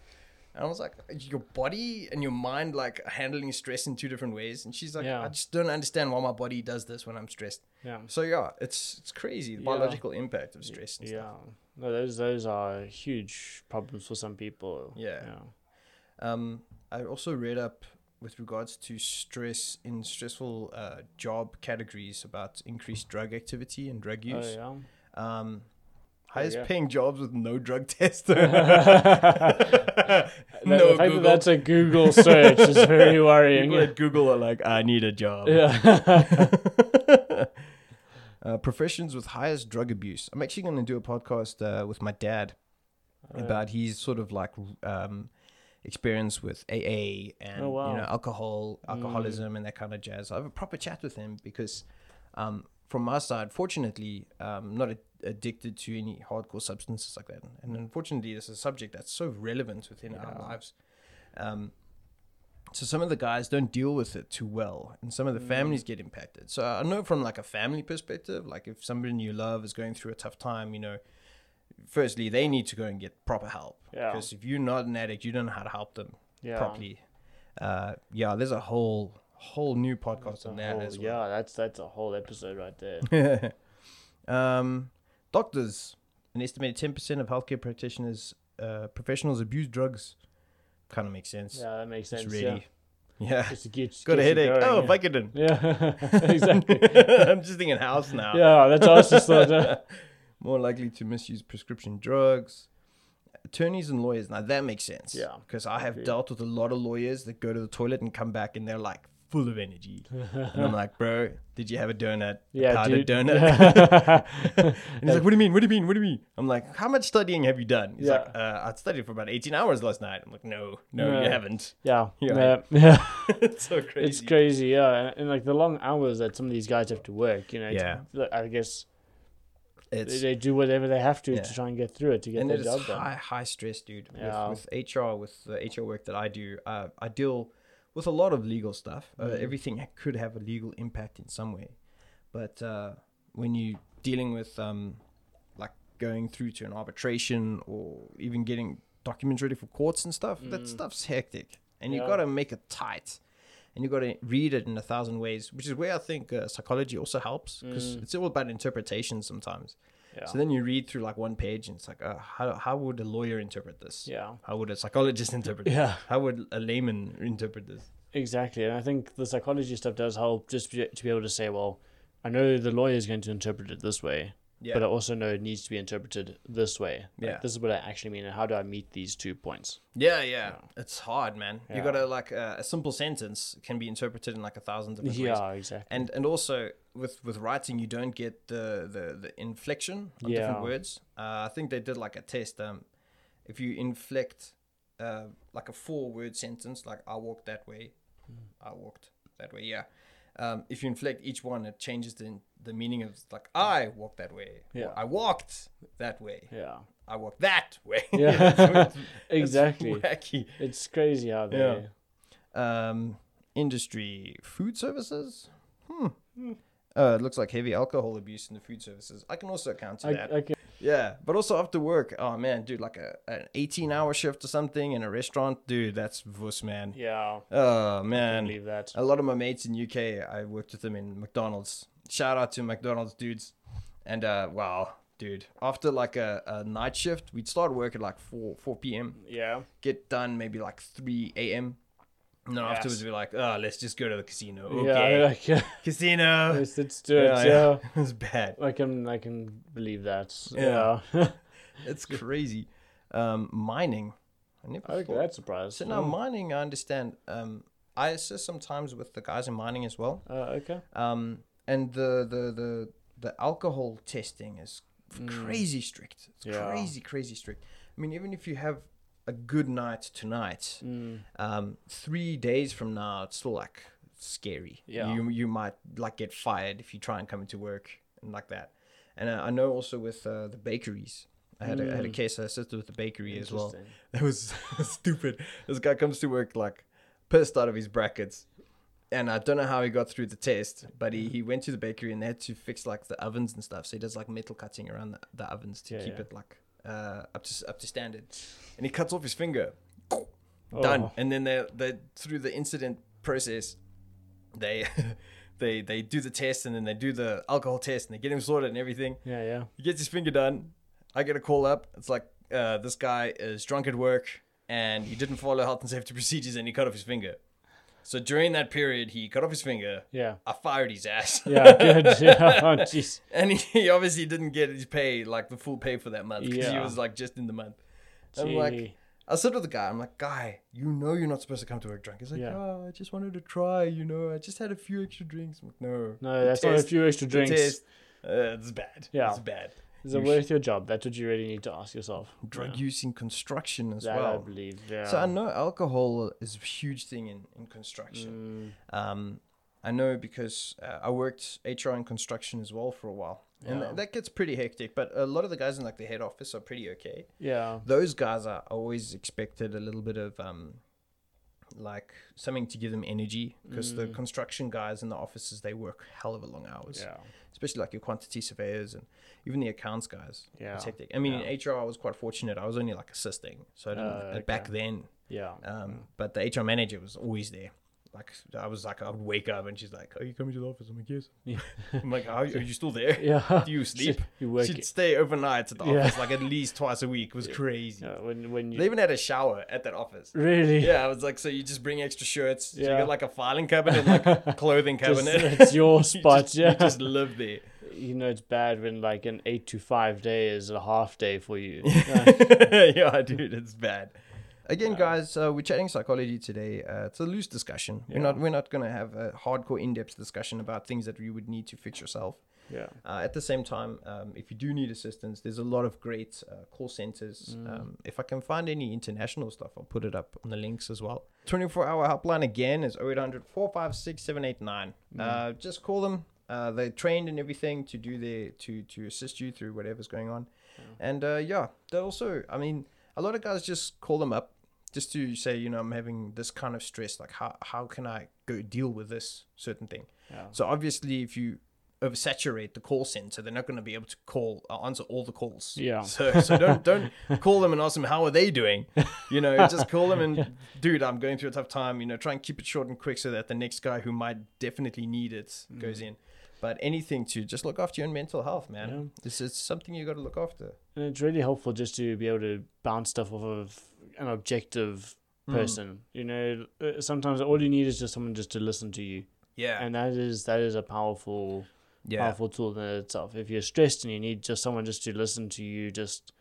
Speaker 1: And I was like, your body and your mind like handling stress in two different ways. And she's like,
Speaker 5: Yeah.
Speaker 1: I just don't understand why my body does this when I'm stressed.
Speaker 5: Yeah.
Speaker 1: So yeah, it's it's crazy the
Speaker 5: Yeah.
Speaker 1: biological impact of stress and
Speaker 5: Yeah.
Speaker 1: stuff.
Speaker 5: No, those those are huge problems for some people.
Speaker 1: Yeah. Um, I also read up with regards to stress in stressful uh, job categories about increased drug activity and drug
Speaker 5: Yeah.
Speaker 1: use.
Speaker 5: Oh,
Speaker 1: Um, highest
Speaker 5: go.
Speaker 1: paying jobs with no drug tester.
Speaker 5: yeah. The- the
Speaker 1: no
Speaker 5: fact
Speaker 1: Google.
Speaker 5: that that's a Google search is very worrying.
Speaker 1: People at Google are like, I need a job.
Speaker 5: yeah.
Speaker 1: Uh, professions with highest drug abuse. I'm actually going to do a podcast uh, with my dad about his sort of like um, experience with AA and
Speaker 5: Oh, wow. Mm.
Speaker 1: you know alcohol, alcoholism, and that kind of jazz. I have a proper chat with him because, um, from my side, fortunately, um, not a- addicted to any hardcore substances like that. And unfortunately, this is a subject that's so relevant within our lives. Um, so some of the guys don't deal with it too well and some of the
Speaker 5: Mm.
Speaker 1: families get impacted so i know from like a family perspective like if somebody you love is going through a tough time you know firstly they need to go and get proper help
Speaker 5: Yeah.
Speaker 1: because if you're not an addict you don't know how to help them
Speaker 5: Yeah.
Speaker 1: properly uh yeah there's a whole whole new podcast on that
Speaker 5: Oh,
Speaker 1: as well
Speaker 5: yeah, that's that's a whole episode right there.
Speaker 1: um doctors an estimated 10% of healthcare practitioners uh professionals abuse drugs kind of makes sense
Speaker 5: yeah, that makes sense.
Speaker 1: it's
Speaker 5: yeah.
Speaker 1: really yeah,
Speaker 5: Just to get,
Speaker 1: got a
Speaker 5: get you
Speaker 1: headache
Speaker 5: going,
Speaker 1: oh
Speaker 5: yeah.
Speaker 1: vicodin
Speaker 5: Yeah, exactly.
Speaker 1: I'm just thinking house now.
Speaker 5: Yeah, that's what I was just thought. uh,
Speaker 1: More likely to misuse prescription drugs. Attorneys and lawyers. Now that makes sense.
Speaker 5: Yeah,
Speaker 1: Because I have dealt with a lot of lawyers that go to the toilet and come back and they're like full of energy. and I'm like, bro, did you have a donut?
Speaker 5: Yeah,
Speaker 1: a powdered
Speaker 5: dude.
Speaker 1: donut. and he's like, what do you mean? What do you mean? What do you mean? I'm like, how much studying have you done? He's like, uh, I studied for about 18 hours last night. I'm like, no, no,
Speaker 5: No.
Speaker 1: you haven't.
Speaker 5: yeah,
Speaker 1: Yeah.
Speaker 5: yeah, yeah.
Speaker 1: it's so crazy.
Speaker 5: It's crazy, yeah, and, and like the long hours that some of these guys have to work. You know, it's-
Speaker 1: Yeah.
Speaker 5: like, I guess they,
Speaker 1: It's-
Speaker 5: they do whatever they have to
Speaker 1: Yeah.
Speaker 5: to try and get through it to get
Speaker 1: and
Speaker 5: their
Speaker 1: it is
Speaker 5: job done.
Speaker 1: high, high stress, dude.
Speaker 5: Yeah.
Speaker 1: With, with HR, with the HR work that I do, uh, I deal with a lot of legal stuff. Uh,
Speaker 5: Mm-hmm.
Speaker 1: everything ha- could have a legal impact in some way, but uh, when you dealing with um, like going through to an arbitration or even getting documents ready for courts and stuff, that stuff's hectic, and you
Speaker 5: Mm. Yeah.
Speaker 1: got to make it tight. And you got to read it in a thousand ways, which is where I think uh, psychology also helps because it's all about interpretation sometimes.
Speaker 5: Mm. Yeah.
Speaker 1: So then you read through like one page and it's like, uh, how, how would a lawyer interpret this?
Speaker 5: Yeah.
Speaker 1: How would a psychologist interpret this?
Speaker 5: Yeah.
Speaker 1: How would a layman interpret this?
Speaker 5: Exactly, and I think the psychology stuff does help just be, to be able to say, well, I know the lawyer is going to interpret it this way,
Speaker 1: Yeah.
Speaker 5: but I also know it needs to be interpreted this way. Like,
Speaker 1: Yeah.
Speaker 5: this is what I actually mean, and how do I meet these two points?
Speaker 1: Yeah, yeah. It's hard, man. You
Speaker 5: Yeah.
Speaker 1: gotta like uh, a simple sentence can be interpreted in like a thousand different ways.
Speaker 5: Yeah, exactly.
Speaker 1: and and also with with writing you don't get the the, the inflection of
Speaker 5: Yeah.
Speaker 1: different words uh, i think they did like a test um if you inflect uh like a four word sentence like i walked that way i walked that way yeah um, if you inflect each one it changes the the meaning of like i walked that way or,
Speaker 5: Yeah.
Speaker 1: i walked that way
Speaker 5: Yeah,
Speaker 1: i walked that way
Speaker 5: Yeah.
Speaker 1: So it's-
Speaker 5: exactly.
Speaker 1: it's wacky
Speaker 5: It's crazy how they.
Speaker 1: Yeah. um, industry food services. Hmm. Uh, it looks like heavy alcohol abuse in the food services. I can also account to
Speaker 5: I,
Speaker 1: that.
Speaker 5: I can-
Speaker 1: yeah, but also after work. Oh man, dude, like a an eighteen hour shift or something in a restaurant, dude. That's wuss, man.
Speaker 5: yeah,
Speaker 1: Oh
Speaker 5: I
Speaker 1: man,
Speaker 5: believe that.
Speaker 1: a lot of my mates in UK, I worked with them in McDonald's. Shout out to McDonald's dudes. And uh, wow, dude, after like a, a night shift, we'd start work at like four four p.m
Speaker 5: Yeah,
Speaker 1: get done maybe like 3 a.m. And then
Speaker 5: Yes.
Speaker 1: afterwards, we're like, oh, let's just go to the casino. Okay.
Speaker 5: yeah, like, yeah.
Speaker 1: Casino.
Speaker 5: Let's, let's do it. Yeah,
Speaker 1: it's bad.
Speaker 5: I can, I can believe that. Yeah,
Speaker 1: Yeah. It's crazy. Um, mining. I never
Speaker 5: I think
Speaker 1: thought.
Speaker 5: that's surprised.
Speaker 1: So now mining, I understand. Um, I assist sometimes with the guys in mining as well.
Speaker 5: uh, okay.
Speaker 1: Um, and the, the, the, the alcohol testing is crazy strict. It's
Speaker 5: Mm. Yeah.
Speaker 1: crazy, crazy strict. I mean, even if you have a good night tonight,
Speaker 5: Mm.
Speaker 1: um, three days from now, it's still like scary.
Speaker 5: Yeah.
Speaker 1: You, you might like get fired if you try and come into work and like that. And I, I know also with uh, the bakeries. I had, a, I had a case I assisted with the bakery as well.
Speaker 5: Mm. Interesting.
Speaker 1: That was stupid. This guy comes to work like pissed out of his brackets. And I don't know how he got through the test, but he, he went to the bakery and they had to fix like the ovens and stuff. So he does like metal cutting around the, the ovens to
Speaker 5: Yeah,
Speaker 1: keep
Speaker 5: yeah.
Speaker 1: it like uh, up to s- up to standard. And he cuts off his finger. Done.
Speaker 5: Oh.
Speaker 1: And then they they through the incident process, they they they do the test and then they do the alcohol test and they get him sorted and everything.
Speaker 5: Yeah, yeah.
Speaker 1: He gets his finger done. I get a call up. It's like uh, this guy is drunk at work and he didn't follow health and safety procedures and he cut off his finger. So during that period, he cut off his finger.
Speaker 5: Yeah.
Speaker 1: I fired his ass.
Speaker 5: Yeah, good. Yeah, oh, jeez.
Speaker 1: and he, he obviously didn't get his pay, like the full pay for that month because he
Speaker 5: Yeah.
Speaker 1: was like just in the month. I'm
Speaker 5: Gee.
Speaker 1: like, I said to the guy, I'm like, guy, you know you're not supposed to come to work drunk. He's like,
Speaker 5: Yeah.
Speaker 1: oh, I just wanted to try, you know, I just had a few extra drinks. I'm like, no.
Speaker 5: No,
Speaker 1: the
Speaker 5: that's not a
Speaker 1: test-
Speaker 5: few extra
Speaker 1: the
Speaker 5: drinks.
Speaker 1: test, uh, it's bad.
Speaker 5: Yeah.
Speaker 1: It's bad.
Speaker 5: Is it
Speaker 1: You
Speaker 5: worth your job? That's what you really need to ask yourself.
Speaker 1: drug
Speaker 5: yeah.
Speaker 1: use in construction as
Speaker 5: That I
Speaker 1: well.
Speaker 5: believe. Yeah.
Speaker 1: So I know alcohol is a huge thing in, in construction.
Speaker 5: Mm,
Speaker 1: Um, I know because uh, I worked HR in construction as well for a while. And
Speaker 5: Yeah.
Speaker 1: tha- that gets pretty hectic, but a lot of the guys in like the head office are pretty okay.
Speaker 5: yeah.
Speaker 1: Those guys are always expected a little bit of um, like something to give them energy because the construction guys in the offices they work hell of a long hours
Speaker 5: Mm. Yeah.
Speaker 1: especially like your quantity surveyors and even the accounts guys.
Speaker 5: Yeah,
Speaker 1: It's hectic. I mean, in HR, I was quite fortunate. I was only like assisting, so I didn't,
Speaker 5: Uh,
Speaker 1: uh, back then.
Speaker 5: Yeah.
Speaker 1: Um, but the HR manager was always there. Like I was like, I would wake up and she's like, "Are you coming to the office?" I'm like, "Yes." I'm like, "Are you, are you still there?
Speaker 5: Yeah.
Speaker 1: Do you sleep?
Speaker 5: You work.
Speaker 1: She'd stay overnight at the
Speaker 5: Yeah.
Speaker 1: office, like at least twice a week. It was crazy.
Speaker 5: yeah, when when you
Speaker 1: They even had a shower at that office.
Speaker 5: really
Speaker 1: Yeah, I was like, so you just bring extra shirts. So you
Speaker 5: Yeah.
Speaker 1: got like a filing cabinet, and like a clothing
Speaker 5: Just-
Speaker 1: cabinet.
Speaker 5: it's your
Speaker 1: You
Speaker 5: spot.
Speaker 1: just-
Speaker 5: yeah.
Speaker 1: you just live there.
Speaker 5: you know it's bad when like an eight to five day is a half day for you.
Speaker 1: yeah, dude, it's bad. Again, guys, uh, we're chatting psychology today. Uh, it's a loose discussion. We're not we're not going to have a hardcore in depth discussion about things that you would need to fix yourself.
Speaker 5: yeah.
Speaker 1: Uh, at the same time, um, if you do need assistance, there's a lot of great uh, call centers. Um, if I can find any international stuff, I'll put it up on the links as well. 24 hour helpline again is 0800 456 789. Uh, Just call them. Uh, they're trained and everything to do their to to assist you through whatever's going on, and uh, yeah, they also. I mean, a lot of guys just call them up just to say, you know, I'm having this kind of stress. Like, how how can I go deal with this certain thing? So obviously, if you oversaturate the call center, they're not going to be able to call uh, answer all the calls.
Speaker 5: Yeah.
Speaker 1: So so don't don't call them and ask them how are they doing. You know, just call them and dude, I'm going through a tough time. You know, try and keep it short and quick so that the next guy who might definitely need it
Speaker 5: Mm.
Speaker 1: goes in. But anything to just look after your own mental health, man. This is something you got to look after.
Speaker 5: And it's really helpful just to be able to bounce stuff off of an objective
Speaker 1: Mm.
Speaker 5: person. You know, uh, sometimes all you need is just someone just to listen to you,
Speaker 1: Yeah.
Speaker 5: and that is that is a powerful
Speaker 1: yeah.
Speaker 5: powerful tool in itself. If you're stressed and you need just someone just to listen to you, just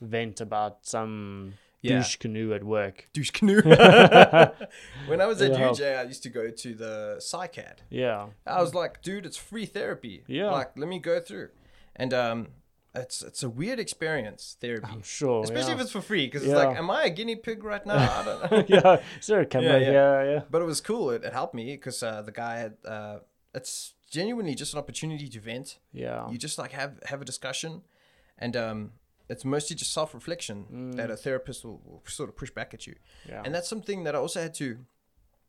Speaker 5: vent about some
Speaker 1: Yeah.
Speaker 5: douche canoe at work.
Speaker 1: Douche canoe. when I was at
Speaker 5: Yeah.
Speaker 1: UJ, I used to go to the psychad.
Speaker 5: Yeah.
Speaker 1: I was like, dude, it's free therapy.
Speaker 5: Yeah.
Speaker 1: Like, let me go through. And um, it's it's a weird experience therapy,
Speaker 5: Oh, Sure.
Speaker 1: especially
Speaker 5: yeah.
Speaker 1: if it's for free, because it's
Speaker 5: Yeah.
Speaker 1: like, am I a guinea pig right now? I don't know.
Speaker 5: yeah, is there a camera?
Speaker 1: yeah.
Speaker 5: Yeah, yeah, yeah.
Speaker 1: But it was cool. It, it helped me because uh, the guy had. Uh, it's genuinely just an opportunity to vent.
Speaker 5: Oh.
Speaker 1: You just like have have a discussion, and um, it's mostly just self reflection that a therapist will, will sort of push back at you.
Speaker 5: Mm. Yeah.
Speaker 1: And that's something that I also had to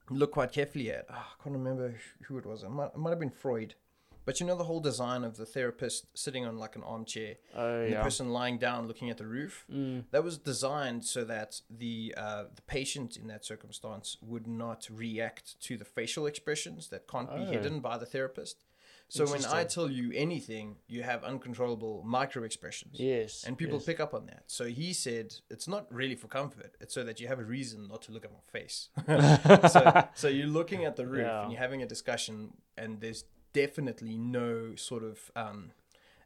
Speaker 1: look quite carefully at. Ah, I can't remember who it was. It might, it might have been Freud. But you know the whole design of the therapist sitting on like an armchair
Speaker 5: Oh,
Speaker 1: and the
Speaker 5: yeah. Mm.
Speaker 1: person lying down looking at the roof. That was designed so that the uh, the patient in that circumstance would not react to the facial expressions that can't
Speaker 5: Oh.
Speaker 1: be hidden by the therapist. So when I tell you anything, you have uncontrollable micro expressions.
Speaker 5: Yes.
Speaker 1: And people
Speaker 5: yes.
Speaker 1: pick up on that. So he said it's not really for comfort. It's so that you have a reason not to look at my face. so, so you're looking at the roof
Speaker 5: Yeah.
Speaker 1: and you're having a discussion, and there's definitely no sort of um,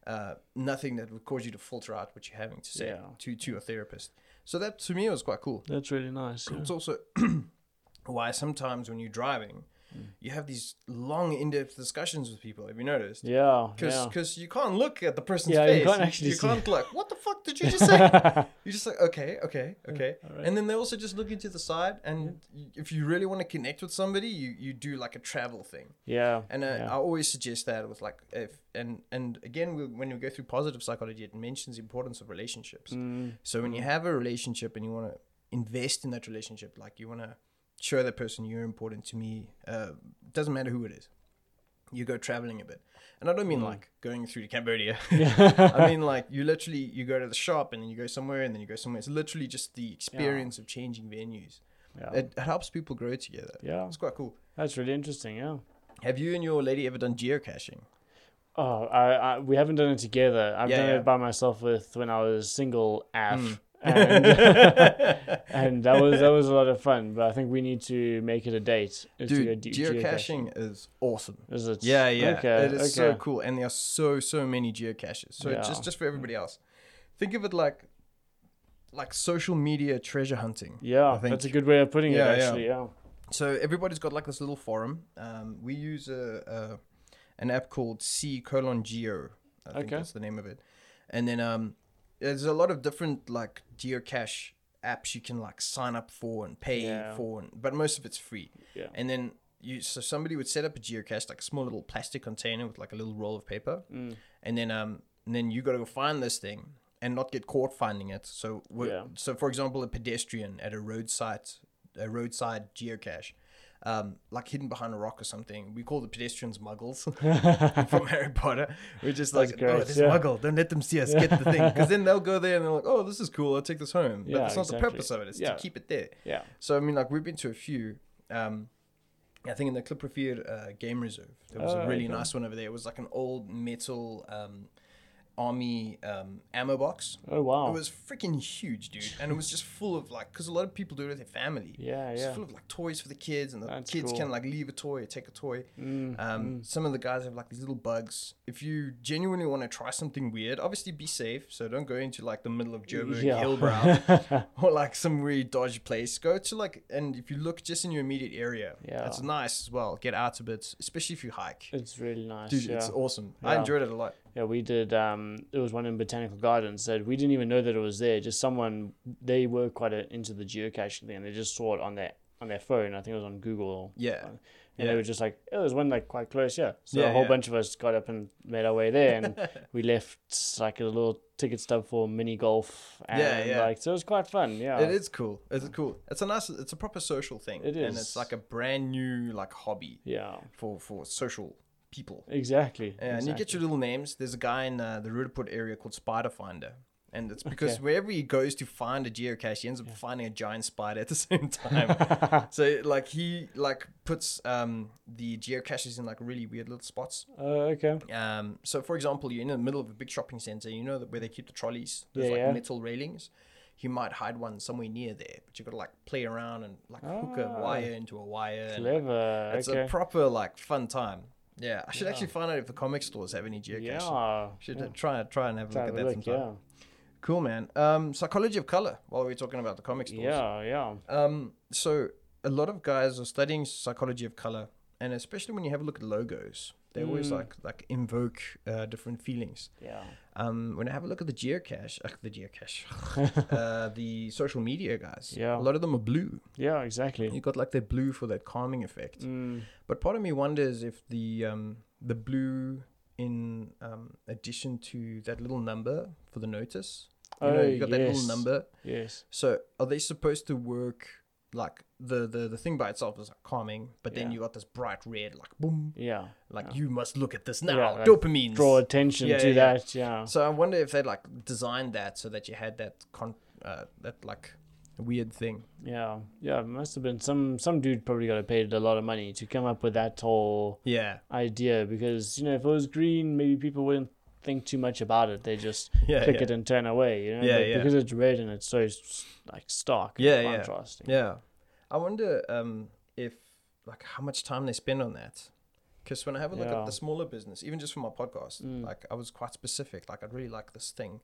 Speaker 1: uh, nothing that would cause you to filter out what you're having to say
Speaker 5: Yeah.
Speaker 1: to to your therapist. So that to me was quite cool.
Speaker 5: That's really nice. yeah.
Speaker 1: It's also why sometimes when you're driving,
Speaker 5: Mm.
Speaker 1: you have these long, in-depth discussions with people. Have you noticed?
Speaker 5: Yeah.
Speaker 1: Because you can't look at the person's
Speaker 5: Yeah, you
Speaker 1: face.
Speaker 5: can't actually
Speaker 1: you
Speaker 5: see.
Speaker 1: can't look. What the fuck did you just say?
Speaker 5: yeah.
Speaker 1: You're just like, okay, okay, okay. And then they also just look into the side. And y if you really want to connect with somebody, you, you do like a travel thing.
Speaker 5: yeah.
Speaker 1: And uh,
Speaker 5: yeah.
Speaker 1: I always suggest that with like, if, and, and again, we, when we go through positive psychology, it mentions the importance of relationships.
Speaker 5: Mm.
Speaker 1: So when you have a relationship and you want to invest in that relationship, like you want to show that person you're important to me, uh, doesn't matter who it is. You go traveling a bit, and I don't
Speaker 5: Mm.
Speaker 1: mean like going through to Cambodia. I mean like you literally you go to the shop and then you go somewhere and then you go somewhere. It's literally just the experience of changing venues.
Speaker 5: Yeah.
Speaker 1: It, it helps people grow together.
Speaker 5: Yeah.
Speaker 1: it's quite cool.
Speaker 5: That's really interesting. Yeah.
Speaker 1: Have you and your lady ever done geocaching?
Speaker 5: Oh, I, I we haven't done it together. I've
Speaker 1: Yeah,
Speaker 5: done
Speaker 1: yeah. Hmm.
Speaker 5: it by myself with when I was single af. And, and that was that was a lot of fun, but I think we need to make it a date. is to
Speaker 1: Dude,
Speaker 5: go do-
Speaker 1: geocaching is awesome.
Speaker 5: Is it?
Speaker 1: Yeah, yeah.
Speaker 5: Okay,
Speaker 1: it is
Speaker 5: okay.
Speaker 1: so cool. And there are so, so many geocaches. So
Speaker 5: Yeah.
Speaker 1: just just for everybody else. Think of it like like social media treasure hunting.
Speaker 5: Yeah,
Speaker 1: I think.
Speaker 5: that's a good way of putting
Speaker 1: Yeah,
Speaker 5: it.
Speaker 1: yeah.
Speaker 5: Actually, yeah.
Speaker 1: So everybody's got like this little forum. Um, we use a, a an app called C colon Geo. I think
Speaker 5: Okay.
Speaker 1: that's the name of it. And then um, there's a lot of different like geocache apps you can like sign up for and pay
Speaker 5: Yeah.
Speaker 1: for, and, but most of it's free.
Speaker 5: Yeah.
Speaker 1: And then you so somebody would set up a geocache like a small little plastic container with like a little roll of paper,
Speaker 5: Mm.
Speaker 1: and then um, and then you got to go find this thing and not get caught finding it. So we
Speaker 5: Yeah.
Speaker 1: so for example, a pedestrian at a roadside a roadside geocache, um, like hidden behind a rock or something. We call the pedestrians muggles from Harry Potter. We're just like, oh,
Speaker 5: great,
Speaker 1: this
Speaker 5: yeah.
Speaker 1: muggle, don't let them see us get the thing, because then they'll go there and they're like, oh, this is cool, I'll take this home. But
Speaker 5: Yeah,
Speaker 1: that's not the
Speaker 5: exactly.
Speaker 1: purpose of it. It's
Speaker 5: Yeah.
Speaker 1: to keep it there.
Speaker 5: Yeah.
Speaker 1: So I mean, like we've been to a few. Um, I think in the Clipperfield uh, Game Reserve, there was a
Speaker 5: Oh,
Speaker 1: really
Speaker 5: okay.
Speaker 1: nice one over there. It was like an old metal um, army um, ammo box.
Speaker 5: Oh wow.
Speaker 1: It was freaking huge, dude, and it was just full of like, because a lot of people do it with their family.
Speaker 5: Yeah,
Speaker 1: It's
Speaker 5: yeah.
Speaker 1: full of like toys for the kids, and the
Speaker 5: That's
Speaker 1: kids
Speaker 5: cool. Mm,
Speaker 1: can like leave a toy or take a toy. um, Some of the guys have like these little bugs. If you genuinely want to try something weird, obviously be safe. So don't go into like the middle of Joburg
Speaker 5: Yeah.
Speaker 1: Hillbrow or like some really dodgy place. Go to like, and if you look just in your immediate area,
Speaker 5: Yeah.
Speaker 1: it's nice as well. Get out a bit, especially if you hike.
Speaker 5: It's really nice.
Speaker 1: Dude,
Speaker 5: yeah.
Speaker 1: it's awesome. I
Speaker 5: Yeah.
Speaker 1: enjoyed it a lot.
Speaker 5: Yeah, we did. Um, there was one in Botanical Gardens that we didn't even know that it was there. Just someone they were quite uh into the geocaching thing, and they just saw it on their on their phone. I think it was on Google.
Speaker 1: Yeah.
Speaker 5: And they were just like, "Oh, there's one like quite close, yeah." So
Speaker 1: Yeah,
Speaker 5: a whole
Speaker 1: yeah.
Speaker 5: bunch of us got up and made our way there, and we left like a little ticket stub for mini golf. And,
Speaker 1: Yeah, yeah.
Speaker 5: Like so, it was quite fun. Uh, Yeah.
Speaker 1: It is cool. It's cool. It's a nice. It's a proper social thing.
Speaker 5: It
Speaker 1: and it's
Speaker 5: is.
Speaker 1: like a brand new like hobby
Speaker 5: Yeah.
Speaker 1: for for social people.
Speaker 5: Exactly.
Speaker 1: And you get your little names. There's a guy in uh, the Rudaput area called Spider Finder. And it's because wherever he goes to find a geocache, he ends up finding a giant spider at the same time. so like he like puts um, the geocaches in like really weird little spots.
Speaker 5: Oh, okay.
Speaker 1: Um, so, for example, you're in the middle of a big shopping center. You know that where they keep the trolleys. There's
Speaker 5: Yeah,
Speaker 1: like
Speaker 5: yeah.
Speaker 1: metal railings. You might hide one somewhere near there, but you've got to like play around and like hook
Speaker 5: Ah.
Speaker 1: a wire into a wire. and, like,
Speaker 5: Clever.
Speaker 1: it's
Speaker 5: uh, okay.
Speaker 1: a proper like fun time. Yeah, I should actually find out if the comic stores have any geocaching.
Speaker 5: yeah.
Speaker 1: Should uh try try and have a
Speaker 5: Have
Speaker 1: look at
Speaker 5: a
Speaker 1: that
Speaker 5: look,
Speaker 1: sometime.
Speaker 5: yeah.
Speaker 1: Cool, man. Um, psychology of color. While we we're talking about the comic stores.
Speaker 5: Yeah. Yeah.
Speaker 1: Um, so a lot of guys are studying psychology of color, and especially when you have a look at logos, they always
Speaker 5: Hmm.
Speaker 1: like like invoke uh, different feelings.
Speaker 5: Yeah.
Speaker 1: Um, when I have a look at the geocache, uh, the geocache, uh, the social media guys,
Speaker 5: Yeah.
Speaker 1: a lot of them are blue.
Speaker 5: Yeah. Exactly. Mm,
Speaker 1: You got like the blue for that calming effect. But part of me wonders if the um, the blue in um, addition to that little number for the notice, you know,
Speaker 5: Oh,
Speaker 1: you got that little
Speaker 5: yes.
Speaker 1: number.
Speaker 5: Yes.
Speaker 1: So are they supposed to work like the the, the thing by itself is like calming, but then
Speaker 5: Yeah.
Speaker 1: you got this bright red like boom,
Speaker 5: Yeah.
Speaker 1: like you must look at this now,
Speaker 5: Yeah, like,
Speaker 1: dopamine.
Speaker 5: Draw attention
Speaker 1: Yeah,
Speaker 5: to
Speaker 1: yeah, yeah.
Speaker 5: that. Yeah.
Speaker 1: So I wonder if they like designed that so that you had that con uh, that like weird thing.
Speaker 5: Yeah. Yeah. It must have been some some dude probably got paid a lot of money to come up with that whole
Speaker 1: Yeah.
Speaker 5: idea because you know if it was green maybe people wouldn't think too much about it they just
Speaker 1: Yeah,
Speaker 5: click
Speaker 1: yeah.
Speaker 5: it and turn away you know
Speaker 1: Yeah,
Speaker 5: but
Speaker 1: yeah.
Speaker 5: because it's red and it's so s- like stark and
Speaker 1: Yeah, yeah.
Speaker 5: contrasting
Speaker 1: Yeah. I wonder um if like how much time they spend on that. Because when I have a look
Speaker 5: Yeah. Mm.
Speaker 1: at the smaller business, even just for my podcast, like I was quite specific. Like I'd really like this thing,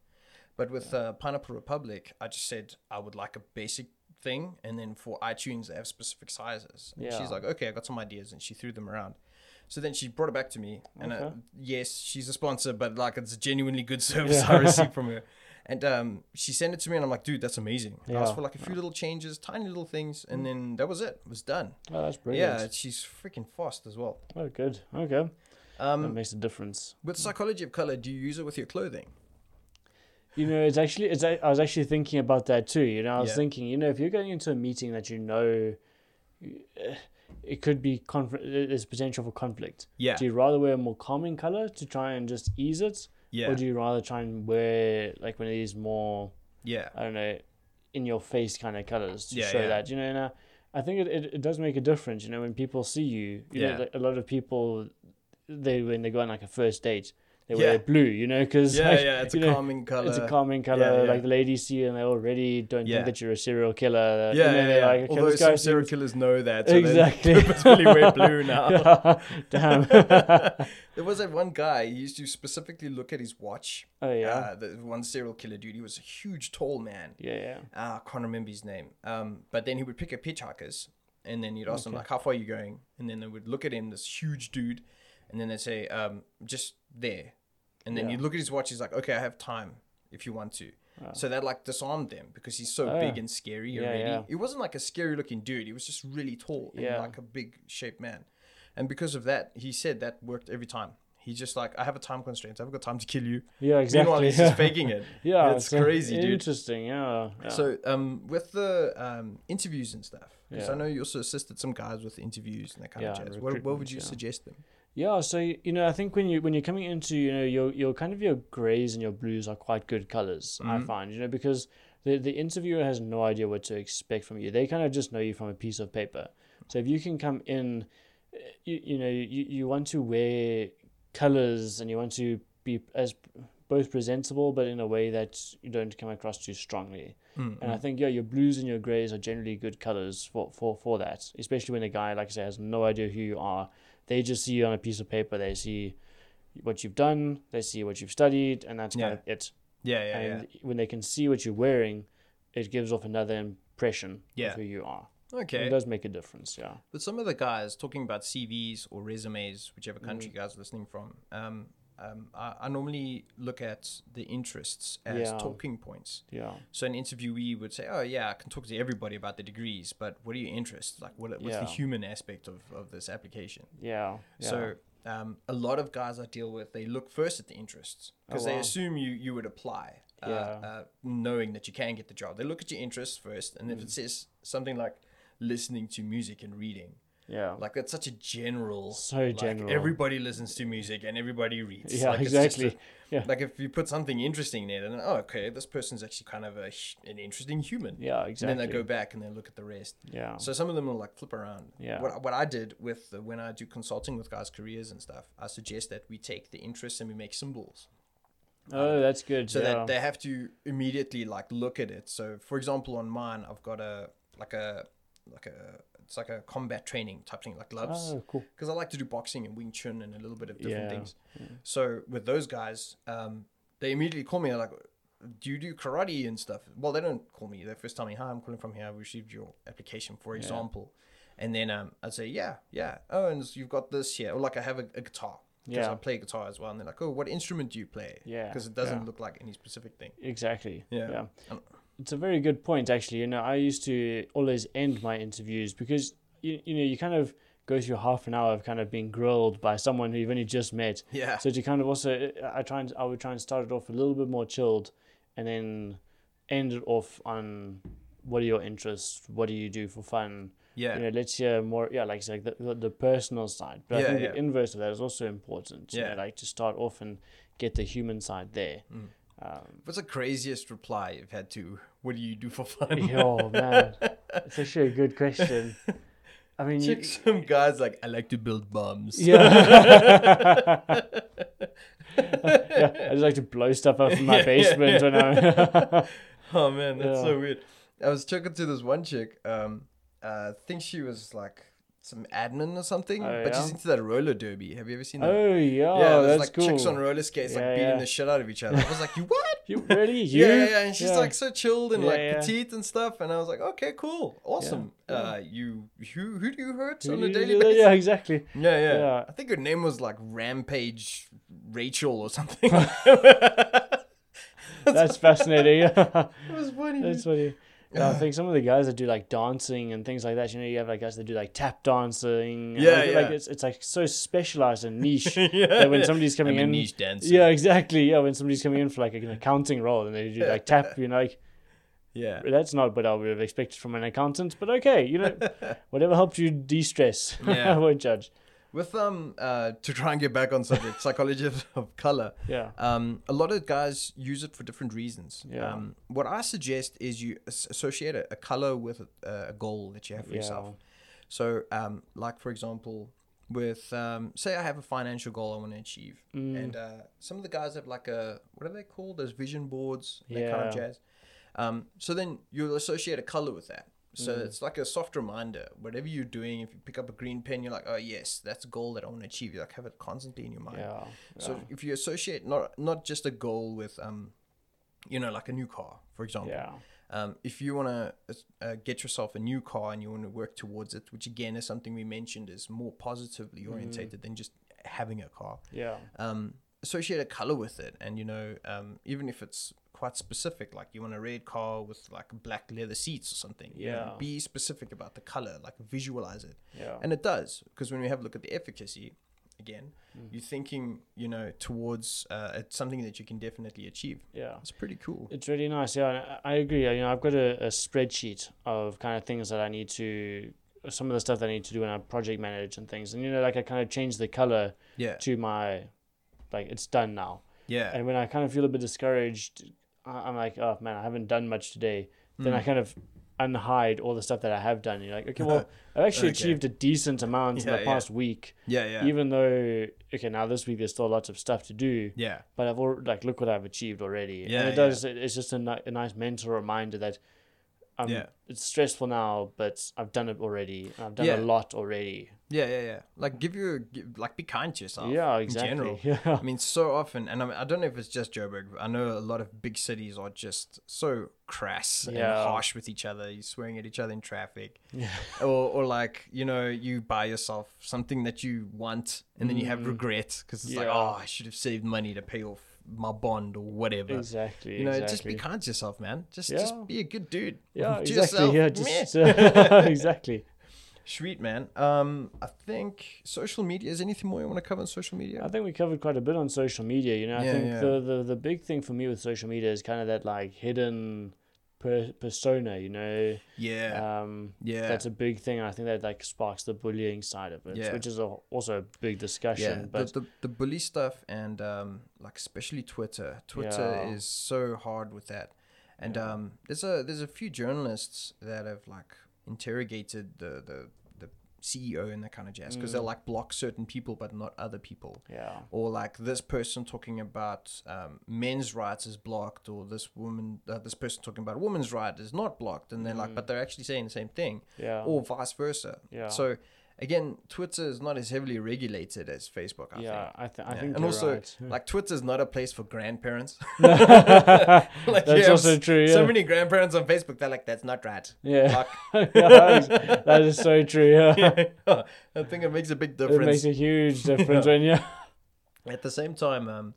Speaker 1: but with uh, Pineapple Republic, I just said I would like a basic thing, and then for iTunes they have specific sizes. And
Speaker 5: Yeah.
Speaker 1: she's like, okay, I got some ideas, and she threw them around. So then she brought it back to me, and uh,
Speaker 5: Okay.
Speaker 1: yes, she's a sponsor, but like it's a genuinely good service I received from her. And um, she sent it to me, and I'm like, dude, that's amazing. I asked
Speaker 5: Yeah.
Speaker 1: for like a few little changes, tiny little things, and then that was it. It was done.
Speaker 5: Oh, that's
Speaker 1: Yeah,
Speaker 5: brilliant.
Speaker 1: she's freaking fast as well.
Speaker 5: Oh, good. Okay. that
Speaker 1: Um,
Speaker 5: makes a difference.
Speaker 1: with psychology of color, do you use it with your clothing?
Speaker 5: You know, it's actually, it's, a- I was actually thinking about that too. You know, I was
Speaker 1: Yeah.
Speaker 5: thinking, you know, if you're going into a meeting that you know, eh, it could be conf- there's potential for conflict.
Speaker 1: Yeah.
Speaker 5: Do you rather wear a more calming color to try and just ease it,
Speaker 1: Yeah.
Speaker 5: or do you rather try and wear like one of these more,
Speaker 1: yeah.
Speaker 5: I don't know, in your face kind of colors to
Speaker 1: Yeah,
Speaker 5: show
Speaker 1: yeah.
Speaker 5: that? You know, and I, I think it, it, it does make a difference. You know, when people see you, you
Speaker 1: Yeah.
Speaker 5: know, like, a lot of people, they when they go on like a first date. They wear
Speaker 1: Yeah.
Speaker 5: blue, you know, because
Speaker 1: Yeah, yeah, it's a calming color.
Speaker 5: it's a calming color.
Speaker 1: Yeah, yeah.
Speaker 5: Like the ladies see you and they already don't
Speaker 1: Yeah.
Speaker 5: think that you're a serial killer.
Speaker 1: Yeah,
Speaker 5: and
Speaker 1: yeah,
Speaker 5: then they're
Speaker 1: yeah.
Speaker 5: like, okay,
Speaker 1: Although
Speaker 5: this guy
Speaker 1: some serial
Speaker 5: seems-
Speaker 1: killers know that, so
Speaker 5: Exactly.
Speaker 1: they purposefully wear blue now.
Speaker 5: Damn.
Speaker 1: There was that one guy. He used to specifically look at his watch.
Speaker 5: Oh, yeah.
Speaker 1: Uh, the one serial killer dude. He was a huge, tall man.
Speaker 5: yeah, yeah.
Speaker 1: Ah, I can't remember his name. Um, but then he would pick up hitchhikers, and then you'd ask them like, "How far are you going?" And then they would look at him, this huge dude, and then they'd say, um, "Just there." And then
Speaker 5: Yeah.
Speaker 1: you'd look at his watch. He's like, "Okay, I have time if you want to." So that like disarmed them because he's so big and scary already.
Speaker 5: Ah. Oh, yeah.
Speaker 1: It wasn't like a scary looking dude. He was just really tall and
Speaker 5: Yeah.
Speaker 1: like a big shaped man. And because of that, he said that worked every time. He's just like, I have a time constraint. I haven't got time to kill you.
Speaker 5: Yeah,
Speaker 1: Meanwhile,
Speaker 5: exactly.
Speaker 1: he's just faking it.
Speaker 5: Yeah,
Speaker 1: it's
Speaker 5: so
Speaker 1: crazy, dude.
Speaker 5: Interesting, yeah. yeah.
Speaker 1: So, um, with the um, interviews and stuff, because
Speaker 5: Yeah.
Speaker 1: I know you also assisted some guys with interviews and that kind of
Speaker 5: Yeah,
Speaker 1: jazz. What, what would
Speaker 5: recruitment,
Speaker 1: you
Speaker 5: yeah.
Speaker 1: suggest them?
Speaker 5: Yeah, so you know, I think when you when you're coming into you know your your kind of your greys and your blues are quite good colors.
Speaker 1: Mm-hmm.
Speaker 5: I find you know because the the interviewer has no idea what to expect from you. They kind of just know you from a piece of paper. So if you can come in, eh, you, you know you you want to wear colors and you want to be as both presentable, but in a way that you don't come across too strongly.
Speaker 1: Hmm,
Speaker 5: And I think yeah, your blues and your greys are generally good colors for, for, for that, especially when a guy like I say has no idea who you are. They just see you on a piece of paper. They see what you've done. They see what you've studied, and that's kind
Speaker 1: Yeah.
Speaker 5: of it.
Speaker 1: Yeah, yeah,
Speaker 5: and when they can see what you're wearing, it gives off another impression
Speaker 1: Yeah.
Speaker 5: of who you are.
Speaker 1: yeah.
Speaker 5: It
Speaker 1: Okay.
Speaker 5: does make a difference. Yeah.
Speaker 1: But some of the guys talking about CVs or resumes, whichever
Speaker 5: Mm-hmm.
Speaker 1: country you guys are listening from, um, um, I, I normally look at the interests as
Speaker 5: Yeah.
Speaker 1: talking points.
Speaker 5: Yeah.
Speaker 1: So an interviewee would say, "Oh yeah, I can talk to everybody about the degrees, but what are your interests? Like, what, what's the
Speaker 5: Yeah.
Speaker 1: human aspect of, of this application?"
Speaker 5: Yeah. yeah.
Speaker 1: So um, a lot of guys I deal with, they look first at the interests because they
Speaker 5: Oh, wow.
Speaker 1: assume you you would apply, uh,
Speaker 5: Yeah.
Speaker 1: uh, knowing that you can get the job. They look at your interests first, and
Speaker 5: Mm.
Speaker 1: if it says something like listening to music and reading,
Speaker 5: yeah.
Speaker 1: like that's such a general,
Speaker 5: So
Speaker 1: like,
Speaker 5: general.
Speaker 1: Everybody listens to music and everybody reads.
Speaker 5: Yeah,
Speaker 1: Like, it's just
Speaker 5: exactly. Yeah.
Speaker 1: Like if you put something interesting there, then oh, okay, this person's actually kind of a hu- an interesting human.
Speaker 5: yeah. Exactly.
Speaker 1: And then they go back and they look at the rest.
Speaker 5: Yeah.
Speaker 1: So some of them will like flip around.
Speaker 5: Yeah.
Speaker 1: What, what I did with the, when I do consulting with guys' careers and stuff, I suggest that we take the interests and we make symbols
Speaker 5: oh, that's good.
Speaker 1: so
Speaker 5: yeah.
Speaker 1: that they have to immediately like look at it. So for example, on mine, I've got a like a like a it's like a combat training type thing, like gloves.
Speaker 5: Oh, cool.
Speaker 1: Because I like to do boxing and Wing Chun and a little bit of different
Speaker 5: Yeah.
Speaker 1: things. So with those guys, um, they immediately call me they're like, "Do you do karate and stuff?" Well, they don't call me. They first tell me, "Hi, I'm calling from here. I received your application, for example." And then um, I'd say, "Yeah, yeah. Oh, and so you've got this here. Or like I have a, a guitar." Because
Speaker 5: Yeah.
Speaker 1: I play guitar as well, and they're like, "Oh, what instrument do you play?"
Speaker 5: Yeah,
Speaker 1: because it doesn't
Speaker 5: yeah.
Speaker 1: look like any specific thing.
Speaker 5: Exactly.
Speaker 1: Yeah. Um,
Speaker 5: It's a very good point, actually. You know, I used to always end my interviews because you, you know you kind of go through half an hour of kind of being grilled by someone who you've only just met.
Speaker 1: Yeah.
Speaker 5: So to kind of also, I try and I would try and start it off a little bit more chilled, and then end it off on what are your interests, what do you do for fun.
Speaker 1: Yeah.
Speaker 5: You know, let's hear more. Yeah, like like the, the, the personal side, but
Speaker 1: Yeah,
Speaker 5: I think
Speaker 1: yeah.
Speaker 5: the inverse of that is also important. You
Speaker 1: Yeah.
Speaker 5: know, like to start off and get the human side there.
Speaker 1: What's the craziest reply you've had to? What do you do for fun?
Speaker 5: Oh man, it's actually a good question. I mean, you,
Speaker 1: Some guys like, "I like to build bombs."
Speaker 5: yeah. yeah, I just like to blow stuff up in my basement when I'm.
Speaker 1: Oh man, that's
Speaker 5: Yeah.
Speaker 1: so weird. I was talking to this one chick. Um, uh, I think she was like some admin or something,
Speaker 5: Oh,
Speaker 1: but
Speaker 5: yeah?
Speaker 1: she's into that roller derby. Have you ever seen that?
Speaker 5: Oh yeah,
Speaker 1: yeah, there's
Speaker 5: that's
Speaker 1: like
Speaker 5: cool.
Speaker 1: chicks on roller skates like
Speaker 5: Yeah,
Speaker 1: beating
Speaker 5: yeah.
Speaker 1: the shit out of each other. I was like, you what?
Speaker 5: You really? You?
Speaker 1: Yeah, yeah, yeah, and she's like so chilled and
Speaker 5: Yeah,
Speaker 1: like
Speaker 5: yeah.
Speaker 1: petite and stuff, and I was like, okay, cool, awesome.
Speaker 5: yeah.
Speaker 1: Uh, you who who do you hurt
Speaker 5: Who
Speaker 1: on a
Speaker 5: you-
Speaker 1: daily
Speaker 5: yeah,
Speaker 1: basis?
Speaker 5: Yeah,
Speaker 1: Yeah.
Speaker 5: exactly.
Speaker 1: Yeah,
Speaker 5: Yeah.
Speaker 1: I think her name was like Rampage Rachel or something.
Speaker 5: That's fascinating. Yeah.
Speaker 1: It was funny.
Speaker 5: That's
Speaker 1: dude.
Speaker 5: funny. Yeah, I think some of the guys that do like dancing and things like that, you know, you have like guys that do like tap dancing. and,
Speaker 1: Yeah,
Speaker 5: like,
Speaker 1: yeah.
Speaker 5: like it's, it's like so specialized and niche
Speaker 1: Yeah,
Speaker 5: that when
Speaker 1: yeah.
Speaker 5: somebody's coming
Speaker 1: I'm a
Speaker 5: in,
Speaker 1: niche dancer.
Speaker 5: yeah, exactly, yeah, when somebody's coming in for like an accounting role and they do like tap, you know, like
Speaker 1: yeah.
Speaker 5: that's not what I would have expected from an accountant, but okay, you know, whatever helps you de-stress,
Speaker 1: Yeah.
Speaker 5: I won't judge.
Speaker 1: With um uh to try and get back on subject, psychology of- of color.
Speaker 5: Yeah,
Speaker 1: Um, a lot of guys use it for different reasons.
Speaker 5: Yeah.
Speaker 1: Um, what I suggest is you as- associate a, a color with a, a goal that you have for yourself. So, um, like for example, with um, say I have a financial goal I want to achieve,
Speaker 5: Mm.
Speaker 1: and uh, some of the guys have like a what are they called? Those vision boards, that kind of
Speaker 5: Yeah.
Speaker 1: jazz. Um, so then you'll associate a color with that. So
Speaker 5: Mm.
Speaker 1: it's like a soft reminder. Whatever you're doing, if you pick up a green pen, you're like, oh yes, that's a goal that I want to achieve. You like have it constantly in your mind.
Speaker 5: yeah,
Speaker 1: So if you associate not not just a goal with um, you know, like a new car, for example.
Speaker 5: yeah,
Speaker 1: Um, if you want to uh, get yourself a new car and you want to work towards it, which again is something we mentioned is more
Speaker 5: Mm.
Speaker 1: positively orientated than just having a car.
Speaker 5: yeah,
Speaker 1: Um, associate a color with it, and you know, um, even if it's quite specific, like you want a red car with like black leather seats or something. you know,
Speaker 5: Yeah.
Speaker 1: be specific about the color, like visualize it.
Speaker 5: yeah,
Speaker 1: And it does, because when we have a look at the efficacy, again,
Speaker 5: Mm.
Speaker 1: you're thinking, you know, towards uh, it's something that you can definitely achieve.
Speaker 5: yeah.
Speaker 1: That's pretty cool.
Speaker 5: It's really nice. Yeah, and I- I agree. You know, I've got a, a spreadsheet of kind of things that I need to, some of the stuff that I need to do when I project manage and things. And you know, like I kind of change the color
Speaker 1: Yeah.
Speaker 5: to my, like it's done now.
Speaker 1: Yeah.
Speaker 5: And when I kind of feel a bit discouraged, I- I'm like, oh man, I haven't done much today.
Speaker 1: Hmm.
Speaker 5: Then I kind of unhide all the stuff that I have done. And you're like, okay, well, I've actually
Speaker 1: Okay.
Speaker 5: achieved a decent amount in
Speaker 1: Yeah,
Speaker 5: the
Speaker 1: yeah.
Speaker 5: past week,
Speaker 1: Yeah. Yeah.
Speaker 5: even though okay, now this week there's still lots of stuff to do
Speaker 1: yeah.
Speaker 5: but I've already, like look what I've achieved already.
Speaker 1: Yeah,
Speaker 5: and
Speaker 1: yeah.
Speaker 5: it does. It, it's just a, ni- a nice mental reminder that I'm,
Speaker 1: Yeah.
Speaker 5: it's stressful now, but I've done it already. and I've done
Speaker 1: Yeah.
Speaker 5: a lot already.
Speaker 1: Yeah. Yeah. Yeah. Like, give you, give, like, be kind to yourself.
Speaker 5: yeah,
Speaker 1: In
Speaker 5: exactly.
Speaker 1: general.
Speaker 5: Yeah,
Speaker 1: I mean, so often, and I, mean, I don't know if it's just Joburg. but I know a lot of big cities are just so crass and
Speaker 5: Yeah.
Speaker 1: harsh with each other. You're swearing at each other in traffic, or, or like you know, you buy yourself something that you want, and then you have regret because it's like,
Speaker 5: Mm. Yeah.
Speaker 1: oh, I should have saved money to pay off my bond or whatever.
Speaker 5: exactly.
Speaker 1: You know,
Speaker 5: exactly.
Speaker 1: just be kind to yourself, man. Just
Speaker 5: Yeah.
Speaker 1: just be a good dude. To
Speaker 5: Yeah, exactly. Yeah,
Speaker 1: Meh.
Speaker 5: just uh, exactly.
Speaker 1: Sweet man. Um, I think social media. Is anything more you want to cover on social media?
Speaker 5: I think we covered quite a bit on social media. You know, I
Speaker 1: Yeah,
Speaker 5: think
Speaker 1: yeah.
Speaker 5: The, the the big thing for me with social media is kind of that like hidden per- persona. You know,
Speaker 1: yeah.
Speaker 5: um,
Speaker 1: yeah.
Speaker 5: that's a big thing. and I think that like sparks the bullying side of it,
Speaker 1: Yeah.
Speaker 5: which is a, also a big discussion.
Speaker 1: yeah,
Speaker 5: but
Speaker 1: the, the, the bully stuff and um, like especially Twitter. Twitter
Speaker 5: Yeah.
Speaker 1: is so hard with that. And um, there's a there's a few journalists that have like interrogated the the, the CEO and that kind of jazz because they'll like block certain people but not other people.
Speaker 5: Mm. yeah,
Speaker 1: Or like this person talking about um, men's rights is blocked, or this woman, uh, this person talking about women's right is not blocked, and they're like, but they're actually saying the same thing
Speaker 5: Mm. Yeah.
Speaker 1: or vice versa.
Speaker 5: Yeah.
Speaker 1: So again, Twitter is not as heavily regulated as Facebook. I
Speaker 5: yeah,
Speaker 1: think.
Speaker 5: I, th- I
Speaker 1: Yeah.
Speaker 5: think
Speaker 1: and
Speaker 5: you're
Speaker 1: also
Speaker 5: right.
Speaker 1: like Twitter is not a place for grandparents.
Speaker 5: that's
Speaker 1: You have
Speaker 5: also
Speaker 1: s-
Speaker 5: true. Yeah,
Speaker 1: So many grandparents on Facebook, they're like, "That's not right."
Speaker 5: yeah.
Speaker 1: Like,
Speaker 5: that is so true. Yeah.
Speaker 1: I think it makes a big
Speaker 5: It
Speaker 1: difference.
Speaker 5: makes a huge difference when you.
Speaker 1: At the same time, um,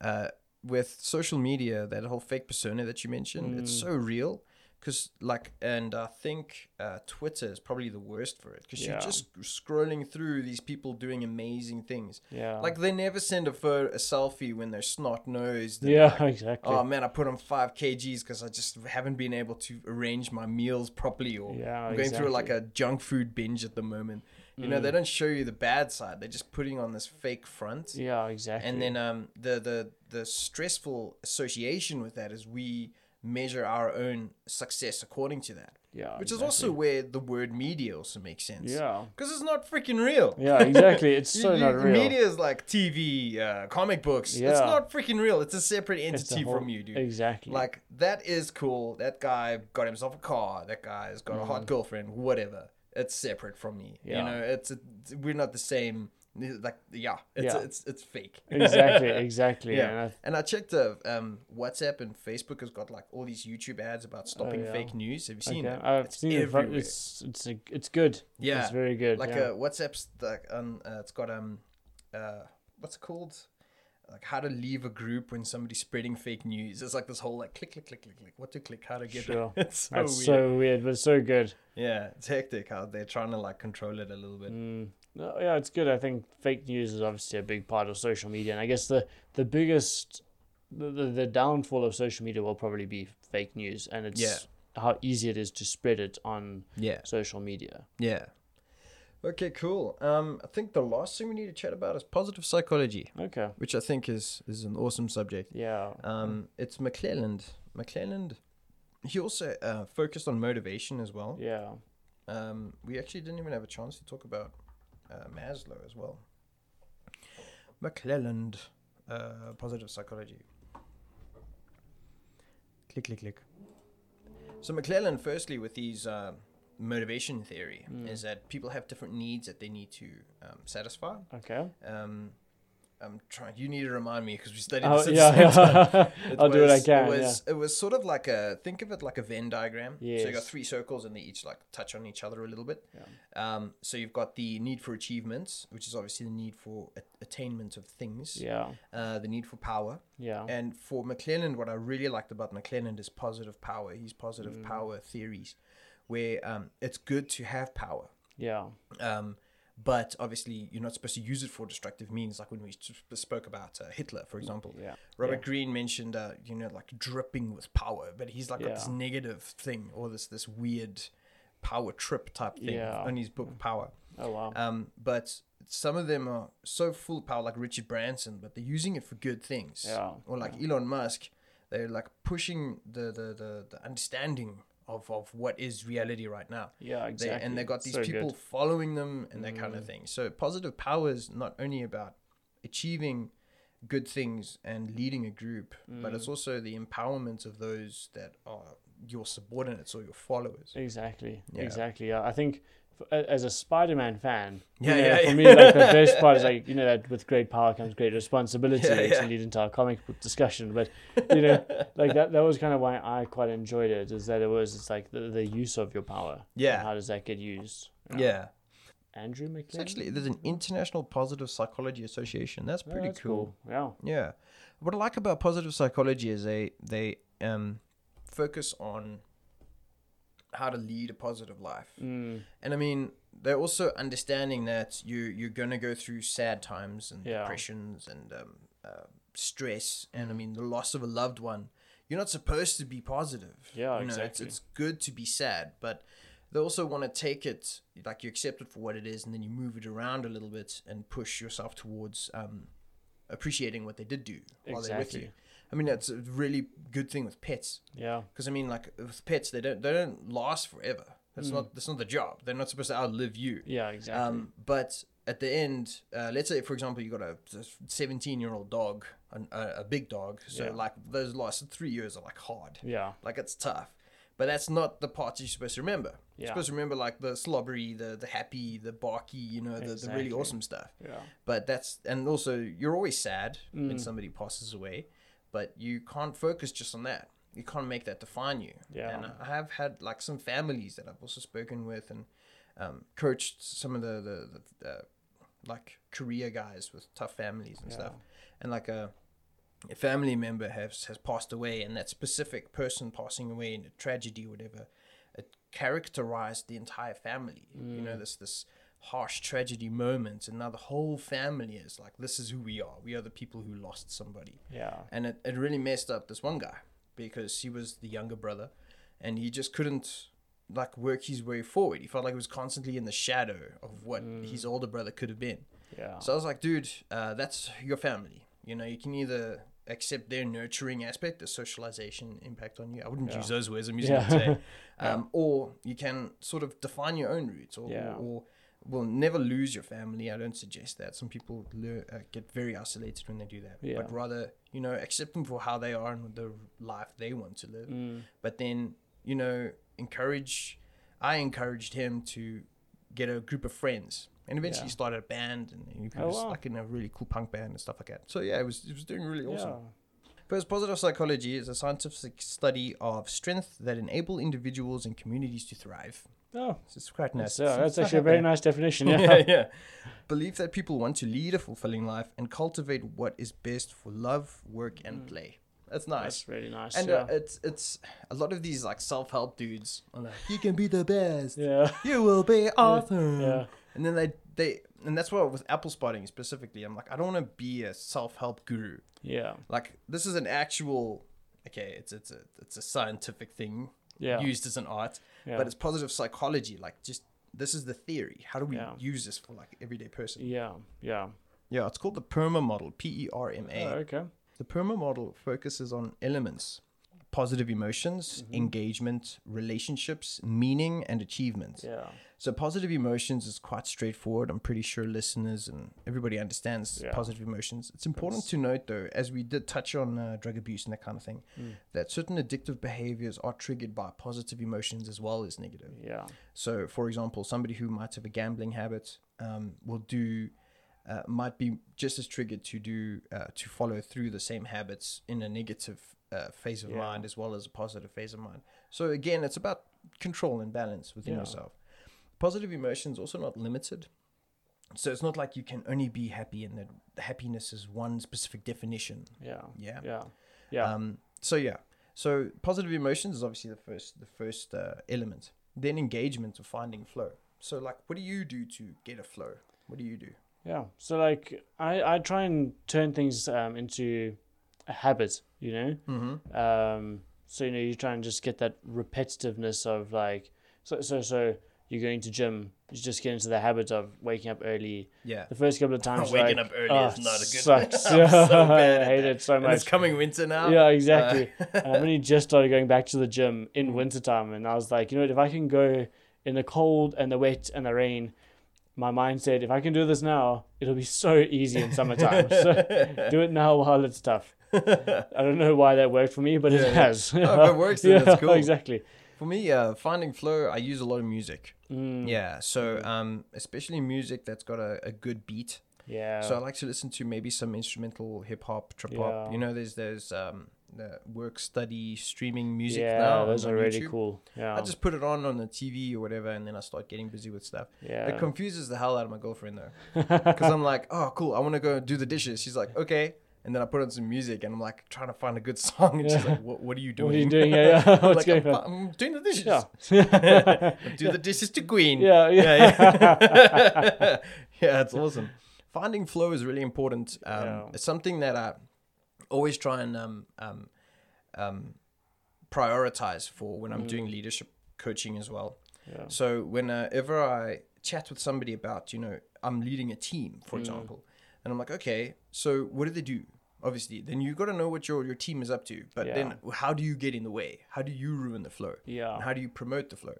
Speaker 1: uh, with social media, that whole fake persona that you mentioned,
Speaker 5: Mm.
Speaker 1: it's so real. Because, like, and I think uh, Twitter is probably the worst for it. Because
Speaker 5: Yeah.
Speaker 1: you're just scrolling through these people doing amazing things.
Speaker 5: Yeah.
Speaker 1: Like, they never send a photo, a selfie when they're snot nosed.
Speaker 5: Yeah, exactly.
Speaker 1: Oh man, I put on five kgs because I just haven't been able to arrange my meals properly, or
Speaker 5: Yeah,
Speaker 1: I'm going through like a junk food binge at the moment. You know, they
Speaker 5: Mm.
Speaker 1: don't show you the bad side; they're just putting on this fake front
Speaker 5: yeah, exactly.
Speaker 1: and then um, the the the stressful association with that is we measure our own success according to that,
Speaker 5: yeah,
Speaker 1: which is also where the word media also makes sense.
Speaker 5: Yeah.
Speaker 1: because it's not freaking real.
Speaker 5: yeah, exactly. It's
Speaker 1: You-
Speaker 5: so
Speaker 1: you-
Speaker 5: not real.
Speaker 1: Media is like TV, uh, comic books. It's
Speaker 5: Yeah.
Speaker 1: not freaking real. It's a separate
Speaker 5: It's a
Speaker 1: entity
Speaker 5: whole-
Speaker 1: from you, dude.
Speaker 5: Exactly.
Speaker 1: Like that is cool. That guy got himself a car. That guy's got a hot girlfriend. Whatever. it's separate from me.
Speaker 5: Mm. Yeah.
Speaker 1: You know, it's, it's we're not the same. Like yeah, it's
Speaker 5: Yeah.
Speaker 1: it's it's fake.
Speaker 5: exactly, exactly.
Speaker 1: Yeah.
Speaker 5: And I,
Speaker 1: And I checked the um, WhatsApp and Facebook has got like all these YouTube ads about stopping
Speaker 5: Oh, yeah.
Speaker 1: fake news. Have you seen
Speaker 5: okay,
Speaker 1: them?
Speaker 5: I've
Speaker 1: it's
Speaker 5: seen it. but
Speaker 1: everywhere.
Speaker 5: It's it's a, it's good.
Speaker 1: Yeah,
Speaker 5: it's very good.
Speaker 1: like
Speaker 5: yeah.
Speaker 1: uh, WhatsApp's like um, uh, it's got um, uh, what's it called? Like how to leave a group when somebody's spreading fake news. It's like this whole like click click click click click. What to click? How to get?
Speaker 5: Sure.
Speaker 1: it's so
Speaker 5: That's
Speaker 1: weird.
Speaker 5: so weird, but it's so good.
Speaker 1: Yeah, it's hectic how they're trying to like control it a little bit.
Speaker 5: Mm. No, yeah, it's good. I think fake news is obviously a big part of social media, and I guess the the biggest the, the, the downfall of social media will probably be fake news, and it's how easy it is to spread it on
Speaker 1: Yeah,
Speaker 5: social media.
Speaker 1: yeah. Okay, cool. Um, I think the last thing we need to chat about is positive psychology,
Speaker 5: Okay.
Speaker 1: which I think is is an awesome subject.
Speaker 5: Yeah.
Speaker 1: Um, it's McClelland. McClelland. He also uh, focused on motivation as well.
Speaker 5: Yeah.
Speaker 1: Um, we actually didn't even have a chance to talk about uh, Maslow as well. McClelland, uh, positive psychology. Click, click, click. So McClelland, firstly, with these uh, motivation theory, is that people have different needs that they need to um, satisfy.
Speaker 5: Okay.
Speaker 1: Um, I'm trying. You need to remind me because we studied this
Speaker 5: Oh,
Speaker 1: at the same
Speaker 5: yeah.
Speaker 1: time.
Speaker 5: yeah.
Speaker 1: It
Speaker 5: I'll do what I
Speaker 1: was-
Speaker 5: can.
Speaker 1: It was, it was sort of like a think of it like a Venn diagram. So you got
Speaker 5: Yes.
Speaker 1: three circles and they each like touch on each other a little bit.
Speaker 5: Yeah.
Speaker 1: Um, so you've got the need for achievements, which is obviously the need for a- attainment of things.
Speaker 5: yeah. Mm.
Speaker 1: Uh, the need for power.
Speaker 5: Yeah. Yeah.
Speaker 1: And for McLennan, what I really liked about McLennan is positive power. He's positive
Speaker 5: Mm.
Speaker 1: power theories, where um, it's good to have power.
Speaker 5: Yeah.
Speaker 1: Um, but obviously, you're not supposed to use it for destructive means, like when we sp- spoke about uh, Hitler, for example.
Speaker 5: Yeah.
Speaker 1: Robert Greene mentioned, uh, you know, like dripping with power, but he's like got this
Speaker 5: Yeah.
Speaker 1: negative thing or this this weird power trip type thing
Speaker 5: Yeah.
Speaker 1: on his book Power.
Speaker 5: Oh wow.
Speaker 1: Um, but some of them are so full power, like Richard Branson, but they're using it for good things.
Speaker 5: Yeah,
Speaker 1: Or like Elon Musk, they're like pushing the the the, the understanding of of what is reality right now.
Speaker 5: Yeah,
Speaker 1: They-
Speaker 5: exactly.
Speaker 1: and they got these
Speaker 5: So
Speaker 1: people
Speaker 5: good. Mm.
Speaker 1: following them and that kind of thing. So positive power is not only about achieving good things and leading a group, but
Speaker 5: Mm.
Speaker 1: it's also the empowerment of those that are your subordinates or your followers.
Speaker 5: Exactly.
Speaker 1: Yeah.
Speaker 5: Exactly. Yeah. I think f- a- as a Spider-Man fan, you
Speaker 1: Yeah,
Speaker 5: know,
Speaker 1: yeah,
Speaker 5: for
Speaker 1: yeah.
Speaker 5: me, like the best part is like you know that with great power comes great responsibility.
Speaker 1: Yeah,
Speaker 5: Yeah,
Speaker 1: yeah.
Speaker 5: To lead into our comic book discussion, but you know, like that that was kind of why I quite enjoyed it. Is that it was it's like the, the use of your power. and
Speaker 1: Yeah.
Speaker 5: How does that get used?
Speaker 1: Yeah.
Speaker 5: Andrew
Speaker 1: It's
Speaker 5: McLean.
Speaker 1: actually there's an International Positive Psychology Association. That's
Speaker 5: Oh,
Speaker 1: pretty
Speaker 5: that's
Speaker 1: cool.
Speaker 5: Yeah.
Speaker 1: Yeah. What I like about positive psychology is they they um focus on how to lead a positive life.
Speaker 5: Mm,
Speaker 1: And I mean, they're also understanding that you you're gonna go through sad times and
Speaker 5: Yeah. Mm.
Speaker 1: depressions and um, uh, stress, and I mean the loss of a loved one. You're not supposed to be positive.
Speaker 5: Yeah,
Speaker 1: you know, it's,
Speaker 5: exactly.
Speaker 1: it's good to be sad, but they also want to take it like you accept it for what it is, and then you move it around a little bit and push yourself towards um, appreciating what they did do while they're
Speaker 5: Exactly.
Speaker 1: with you. I mean, that's a really good thing with pets.
Speaker 5: yeah.
Speaker 1: Because I mean, like with pets, they don't they don't last forever. That's not that's not the job. They're not supposed to outlive you.
Speaker 5: Hmm. Yeah. Exactly.
Speaker 1: Um, but at the end, uh, let's say for example, you got a seventeen-year-old dog, an, a, a big dog. So
Speaker 5: Yeah.
Speaker 1: like those last three years are like hard.
Speaker 5: yeah.
Speaker 1: Like it's tough. But that's not the parts you're supposed to remember. You're
Speaker 5: Yeah.
Speaker 1: supposed to remember like the slobbery, the the happy, the barky, you know, the, the really
Speaker 5: Exactly.
Speaker 1: awesome stuff.
Speaker 5: Yeah. Mm.
Speaker 1: But that's and also you're always sad when somebody passes away, but you can't focus just on that. You can't make that define you.
Speaker 5: Yeah.
Speaker 1: And I have had like some families that I've also spoken with and um, coached some of the the, the uh, like career guys with tough families and stuff, and like a. A family member has has passed away, and that specific person passing away in a tragedy, whatever, it characterized the entire family. You know, this this harsh tragedy moment, and now the whole family is like, this is who we are. We are the people who lost somebody,
Speaker 5: Yeah.
Speaker 1: and it, it really messed up this one guy because he was the younger brother, and he just couldn't like work his way forward. He felt like he was constantly in the shadow of what his older brother could have been.
Speaker 5: Yeah.
Speaker 1: So I was like, dude, uh, that's your family. You know, you can either accept their nurturing aspect, the socialization impact on you. I wouldn't use those words. I'm using
Speaker 5: Yeah.
Speaker 1: them today. Um, Or you can sort of define your own roots, or,
Speaker 5: Yeah.
Speaker 1: or, will never lose your family. I don't suggest that. Some people lear- uh, get very isolated when they do that.
Speaker 5: Yeah.
Speaker 1: But rather, you know, accept them for how they are and the life they want to
Speaker 5: Mm.
Speaker 1: live. But then, you know, encourage. I encouraged him to get a group of friends, and eventually
Speaker 5: Yeah.
Speaker 1: started a band, and you could
Speaker 5: Oh,
Speaker 1: was
Speaker 5: wow.
Speaker 1: like in a really cool punk band and stuff like that. So yeah, it was it was doing really awesome.
Speaker 5: Yeah.
Speaker 1: First, positive psychology is a scientific study of strength that enable individuals and communities to thrive.
Speaker 5: Oh,
Speaker 1: So it's quite nice.
Speaker 5: that's, uh,
Speaker 1: It's-
Speaker 5: that's
Speaker 1: it's not
Speaker 5: actually a very
Speaker 1: happening.
Speaker 5: nice definition.
Speaker 1: yeah,
Speaker 5: Yeah.
Speaker 1: yeah. Belief that people want to lead a fulfilling life and cultivate what is best for love, work, and play. That's nice.
Speaker 5: Mm. That's really nice.
Speaker 1: and
Speaker 5: yeah.
Speaker 1: uh, it's it's a lot of these like self-help dudes. Are like, you can be the best.
Speaker 5: yeah.
Speaker 1: You will be awesome.
Speaker 5: Yeah.
Speaker 1: And then they they and that's what with apple spotting specifically. I'm like, I don't want to be a self-help guru
Speaker 5: Yeah.
Speaker 1: like this is an actual okay it's it's a it's a scientific thing
Speaker 5: Yeah.
Speaker 1: used as an art
Speaker 5: Yeah.
Speaker 1: but it's positive psychology like just this is the theory how do we
Speaker 5: Yeah.
Speaker 1: use this for like everyday person
Speaker 5: Yeah. Yeah.
Speaker 1: yeah it's called the perma model E p-e-r-m-a
Speaker 5: Oh, okay.
Speaker 1: the perma model focuses on elements positive emotions
Speaker 5: Mm-hmm.
Speaker 1: engagement relationships meaning and achievement
Speaker 5: Yeah.
Speaker 1: so positive emotions is quite straightforward. I'm pretty sure listeners and everybody understands
Speaker 5: Yeah.
Speaker 1: positive emotions. It's important to note though, as we did touch on uh, drug abuse and that kind of thing,
Speaker 5: Mm.
Speaker 1: that certain addictive behaviors are triggered by positive emotions as well as negative.
Speaker 5: Yeah.
Speaker 1: So, for example, somebody who might have a gambling habit um, will do. Uh, might be just as triggered to do uh, to follow through the same habits in a negative uh, phase of
Speaker 5: Yeah.
Speaker 1: mind as well as a positive phase of mind. So again, it's about control and balance within
Speaker 5: Yeah.
Speaker 1: yourself. Positive emotions also not limited, so it's not like you can only be happy and that happiness is one specific definition.
Speaker 5: Yeah.
Speaker 1: Yeah.
Speaker 5: Yeah. Yeah.
Speaker 1: Um, so yeah, so positive emotions is obviously the first the first uh, element. Then engagement of finding flow. So like, what do you do to get a flow? What do you do?
Speaker 5: Yeah. So like I, I try and turn things um, into a habit, you know? Mm-hmm. Um, so you know you try and just get that repetitiveness of like so so so you're going to gym, you just get into the habit of waking up early.
Speaker 1: Yeah.
Speaker 5: The first couple of times you're
Speaker 1: Waking
Speaker 5: like,
Speaker 1: up early
Speaker 5: "Oh,
Speaker 1: is not a good-
Speaker 5: sucks.
Speaker 1: I'm so bad
Speaker 5: I
Speaker 1: at
Speaker 5: hate
Speaker 1: that."
Speaker 5: it so
Speaker 1: And it's
Speaker 5: much.
Speaker 1: coming winter now.
Speaker 5: Yeah, exactly. I only just started going back to the gym
Speaker 1: Mm.
Speaker 5: in wintertime, and I was like, you know what, if I can go in the cold and the wet and the rain, my mind said, if I can do this now, it'll be so easy in summertime. so do it now while it's tough. I don't know why that worked for me, but it has.
Speaker 1: Oh, if it works, then that's cool.
Speaker 5: Exactly.
Speaker 1: For me, uh, finding flow, I use a lot of music.
Speaker 5: Mm,
Speaker 1: Yeah, so
Speaker 5: Mm-hmm.
Speaker 1: um, especially music that's got a, a good beat.
Speaker 5: Yeah.
Speaker 1: So I like to listen to maybe some instrumental hip hop, trip hop.
Speaker 5: Yeah.
Speaker 1: You know, there's there's um, the work study streaming music
Speaker 5: yeah,
Speaker 1: now.
Speaker 5: those
Speaker 1: on
Speaker 5: are really
Speaker 1: YouTube.
Speaker 5: cool. Yeah.
Speaker 1: I just put it on on the TV or whatever, and then I start getting busy with stuff.
Speaker 5: Yeah.
Speaker 1: It confuses the hell out of my girlfriend though, because I'm like, oh cool, I want to go do the dishes. She's like, okay. And then I put on some music, and I'm like trying to find a good song, and she's like, "What, what are you doing?
Speaker 5: What are you doing? Yeah, yeah.
Speaker 1: I'm
Speaker 5: What's
Speaker 1: like, I'm,
Speaker 5: going on?
Speaker 1: fi- I'm doing the dishes.
Speaker 5: Yeah.
Speaker 1: Do the dishes to Queen.
Speaker 5: Yeah, yeah.
Speaker 1: yeah. Yeah, yeah it's awesome. Finding flow is really important. Um,
Speaker 5: Yeah.
Speaker 1: It's something that I always try and um, um, um, prioritize for when I'm doing leadership coaching as well.
Speaker 5: Mm. Yeah.
Speaker 1: So whenever I chat with somebody about, you know, I'm leading a team, for
Speaker 5: Mm.
Speaker 1: example, and I'm like, okay, so what do they do? Obviously, then you've got to know what your, your team is up to. But then how do you get in the way? How do you ruin the flow?
Speaker 5: Yeah.
Speaker 1: And how do you promote the flow?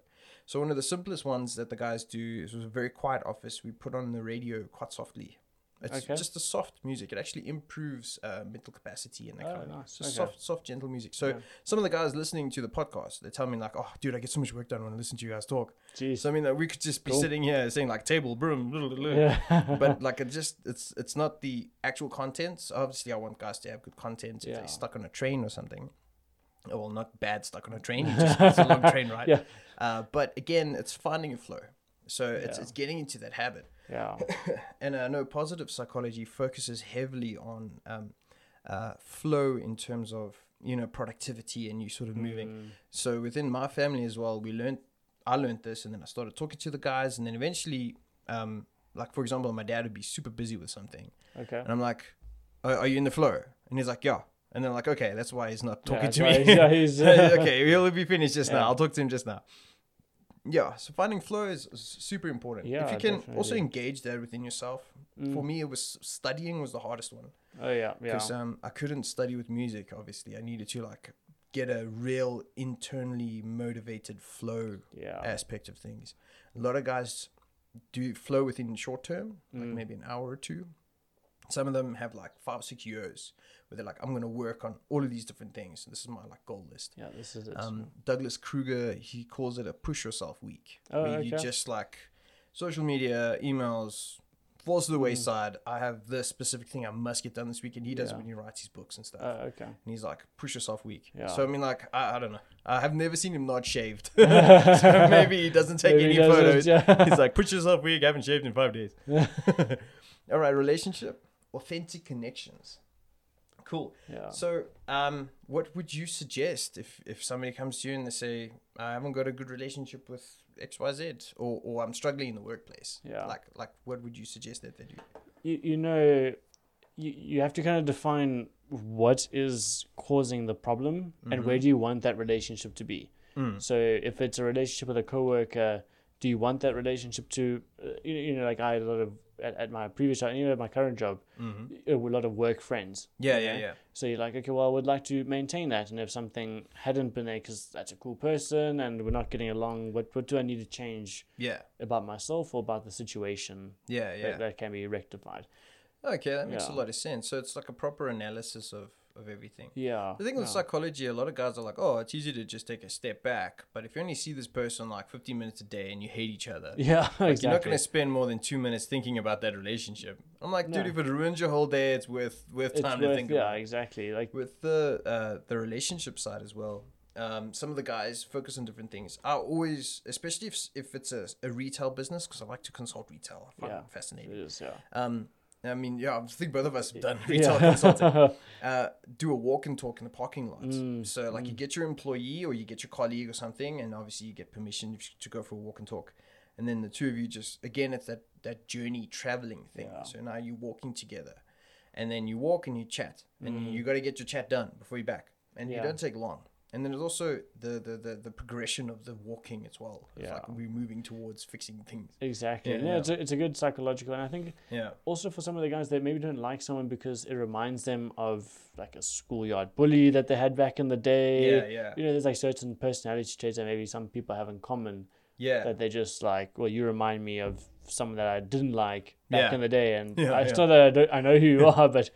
Speaker 1: So one of the simplest ones that the guys do is it was a very quiet office. We put on the radio quite softly. It's
Speaker 5: Okay.
Speaker 1: just the soft music. It actually improves uh, mental capacity and that kind of thing.
Speaker 5: Oh, nice.
Speaker 1: Just
Speaker 5: Okay.
Speaker 1: soft, soft, gentle music. So some of the guys listening to the podcast, they tell me like, "Oh, dude, I get so much work done when I listen to you guys talk."
Speaker 5: Jeez.
Speaker 1: So I mean, that we could just be sitting here saying like table, broom, blah, blah, blah. but like it just it's it's not the actual content. So obviously, I want guys to have good content. If
Speaker 5: Yeah.
Speaker 1: they're stuck on a train or something, oh, well, not bad stuck on a train. You just, it's a long train ride.
Speaker 5: Yeah.
Speaker 1: Uh, but again, it's finding a flow. So it's it's getting into that habit.
Speaker 5: yeah.
Speaker 1: And I know positive psychology focuses heavily on um, uh, flow in terms of you know productivity and you sort of moving.
Speaker 5: Mm.
Speaker 1: So within my family as well, we learned I learned this, and then I started talking to the guys, and then eventually, um, like for example, my dad would be super busy with something,
Speaker 5: Okay.
Speaker 1: and I'm like, "Are, are you in the flow?" And he's like, "Yeah." And then I'm like, "Okay, that's why he's not talking
Speaker 5: that's
Speaker 1: to
Speaker 5: why
Speaker 1: me."
Speaker 5: he's- yeah, he's-
Speaker 1: okay, he'll be finished just
Speaker 5: Yeah.
Speaker 1: now. I'll talk to him just now. Yeah, so finding flow is is super important. if
Speaker 5: Yeah,
Speaker 1: you can also
Speaker 5: definitely.
Speaker 1: engage that within yourself. For me, it was studying was the hardest one
Speaker 5: Oh yeah. Yeah.
Speaker 1: because um, I couldn't study with music. Obviously, I needed to like get a real internally motivated flow
Speaker 5: Yeah.
Speaker 1: aspect of things. A lot of guys do flow within short term, like
Speaker 5: Mm.
Speaker 1: maybe an hour or two. Some of them have like five, six years where they're like, I'm gonna work on all of these different things. This is my like goal list.
Speaker 5: Yeah. This is it.
Speaker 1: Um, Douglas Kruger, he calls it a push yourself week,
Speaker 5: Oh,
Speaker 1: where you
Speaker 5: okay.
Speaker 1: just like social media, emails falls to
Speaker 5: Hmm.
Speaker 1: the wayside. I have this specific thing I must get done this week, and he does it
Speaker 5: Yeah.
Speaker 1: when he writes his books and stuff.
Speaker 5: Oh, okay.
Speaker 1: and he's like, push yourself week.
Speaker 5: Yeah.
Speaker 1: So I mean, like, I, I don't know. I have never seen him not shaved. so maybe he doesn't take
Speaker 5: Maybe
Speaker 1: any
Speaker 5: he doesn't,
Speaker 1: photos.
Speaker 5: yeah.
Speaker 1: he's like, push yourself week. I haven't shaved in five days. All right, relationship, authentic connections. Cool.
Speaker 5: Yeah.
Speaker 1: So, um, what would you suggest if, if somebody comes to you and they say, I haven't got a good relationship with XYZ or, or I'm struggling in the workplace?
Speaker 5: Yeah.
Speaker 1: Like, like what would you suggest that they do?
Speaker 5: you, you know you, you have to kind of define what is causing the problem and
Speaker 1: Mm-hmm.
Speaker 5: where do you want that relationship to be
Speaker 1: Mm.
Speaker 5: so if it's a relationship with a coworker do you want that relationship to uh, you, you know like i had a lot of at, at my previous job and even at my current job uh, a lot of work friends
Speaker 1: Mm-hmm. Yeah,
Speaker 5: you
Speaker 1: yeah,
Speaker 5: know?
Speaker 1: yeah.
Speaker 5: so you're like okay well i would like to maintain that and if something hadn't been there because that's a cool person and we're not getting along what, what do i need to change
Speaker 1: Yeah,
Speaker 5: about myself or about the situation
Speaker 1: yeah, yeah.
Speaker 5: that, that can be rectified
Speaker 1: Okay, that makes a
Speaker 5: Yeah.
Speaker 1: lot of sense. So it's like a proper analysis of, of everything.
Speaker 5: yeah
Speaker 1: The thing with psychology, a lot of guys are like, oh, it's easy to just take a step back. But if you only see this person like 15 minutes a day and you hate each other, like,
Speaker 5: Yeah,
Speaker 1: you're not
Speaker 5: exactly.
Speaker 1: going to spend more than two minutes thinking about that relationship. I'm like, dude,
Speaker 5: No.
Speaker 1: if it ruins your whole day, it's worth, worth
Speaker 5: It's
Speaker 1: time to
Speaker 5: worth-
Speaker 1: think
Speaker 5: yeah,
Speaker 1: about it
Speaker 5: exactly. Like
Speaker 1: with the uh, the relationship side as well. Um, some of the guys focus on different things. I always, especially if if it's a, a retail business, because I like to consult retail. I find
Speaker 5: Yeah.
Speaker 1: it fascinating.
Speaker 5: it is, yeah.
Speaker 1: Um, I mean, yeah, I think both of us have done retail consulting. Uh, do a walk and talk in the parking lot.
Speaker 5: Mm,
Speaker 1: So, like, you get your employee or you get your colleague or something, and obviously you get permission if- to go for a walk and talk. And then the two of you just, again, it's that, that journey traveling thing. So now you're walking together. And then you walk and you chat. And you got to get your chat done before you're back. And you
Speaker 5: Mm. Yeah.
Speaker 1: don't take long. And then there's also the, the, the, the progression of the walking as well. It's
Speaker 5: Yeah.
Speaker 1: like we're moving towards fixing things.
Speaker 5: Exactly.
Speaker 1: Yeah,
Speaker 5: no,
Speaker 1: yeah.
Speaker 5: It's, a, it's a good psychological, and I think
Speaker 1: Yeah.
Speaker 5: also for some of the guys that maybe don't like someone because it reminds them of like a schoolyard bully that they had back in the day.
Speaker 1: Yeah, yeah.
Speaker 5: You know, there's like certain personality traits that maybe some people have in common
Speaker 1: Yeah.
Speaker 5: that they just like. Well, you remind me of someone that I didn't like back
Speaker 1: Yeah.
Speaker 5: in the day, and
Speaker 1: Yeah,
Speaker 5: I,
Speaker 1: yeah.
Speaker 5: it's not that I don't. I know who you are, but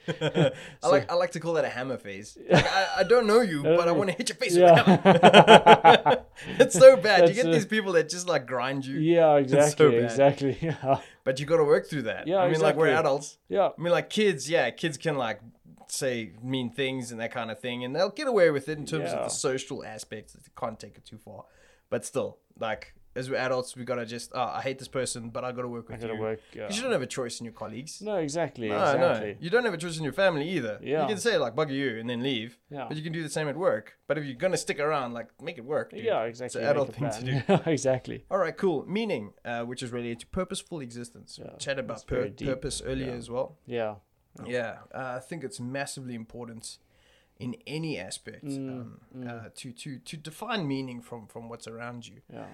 Speaker 1: I like I like to call that a hammer face. Like, I, I don't know
Speaker 5: Uh,
Speaker 1: you, but I want to hit your face with a hammer.
Speaker 5: yeah,
Speaker 1: It's so bad. You
Speaker 5: That's
Speaker 1: get
Speaker 5: a-
Speaker 1: these people that just like grind you,
Speaker 5: yeah, exactly,
Speaker 1: bad.
Speaker 5: exactly, yeah,
Speaker 1: but you got to work through that.
Speaker 5: Yeah,
Speaker 1: I mean, like we're
Speaker 5: exactly.
Speaker 1: adults.
Speaker 5: yeah.
Speaker 1: I mean, like kids. Yeah, kids can like say mean things and that kind of thing, and they'll get away with it in terms of
Speaker 5: Yeah.
Speaker 1: the social aspects. They can't take it too far, but still, like as we're adults, we gotta just. Oh, I hate this person, but I gotta work with
Speaker 5: gotta
Speaker 1: you.
Speaker 5: work,
Speaker 1: 'Cause
Speaker 5: yeah.
Speaker 1: you don't have a choice in your colleagues.
Speaker 5: No, exactly,
Speaker 1: No,
Speaker 5: exactly.
Speaker 1: no. You don't have a choice in your family either. You
Speaker 5: Yeah.
Speaker 1: can say like bugger you and then leave.
Speaker 5: Yeah.
Speaker 1: But you can do the same at work. But if you're gonna stick around, like make it work. Dude.
Speaker 5: Yeah, exactly.
Speaker 1: It's
Speaker 5: make
Speaker 1: an adult
Speaker 5: a
Speaker 1: thing to do.
Speaker 5: plan. exactly.
Speaker 1: All right, cool. Meaning, uh, which is related to purposeful existence.
Speaker 5: Yeah,
Speaker 1: Chat
Speaker 5: that's
Speaker 1: about pur-
Speaker 5: very deep.
Speaker 1: purpose earlier as well.
Speaker 5: Yeah.
Speaker 1: Yeah, uh, I think it's massively important in any aspect
Speaker 5: Mm,
Speaker 1: um, Uh, to to to define meaning from from what's around you.
Speaker 5: Yeah.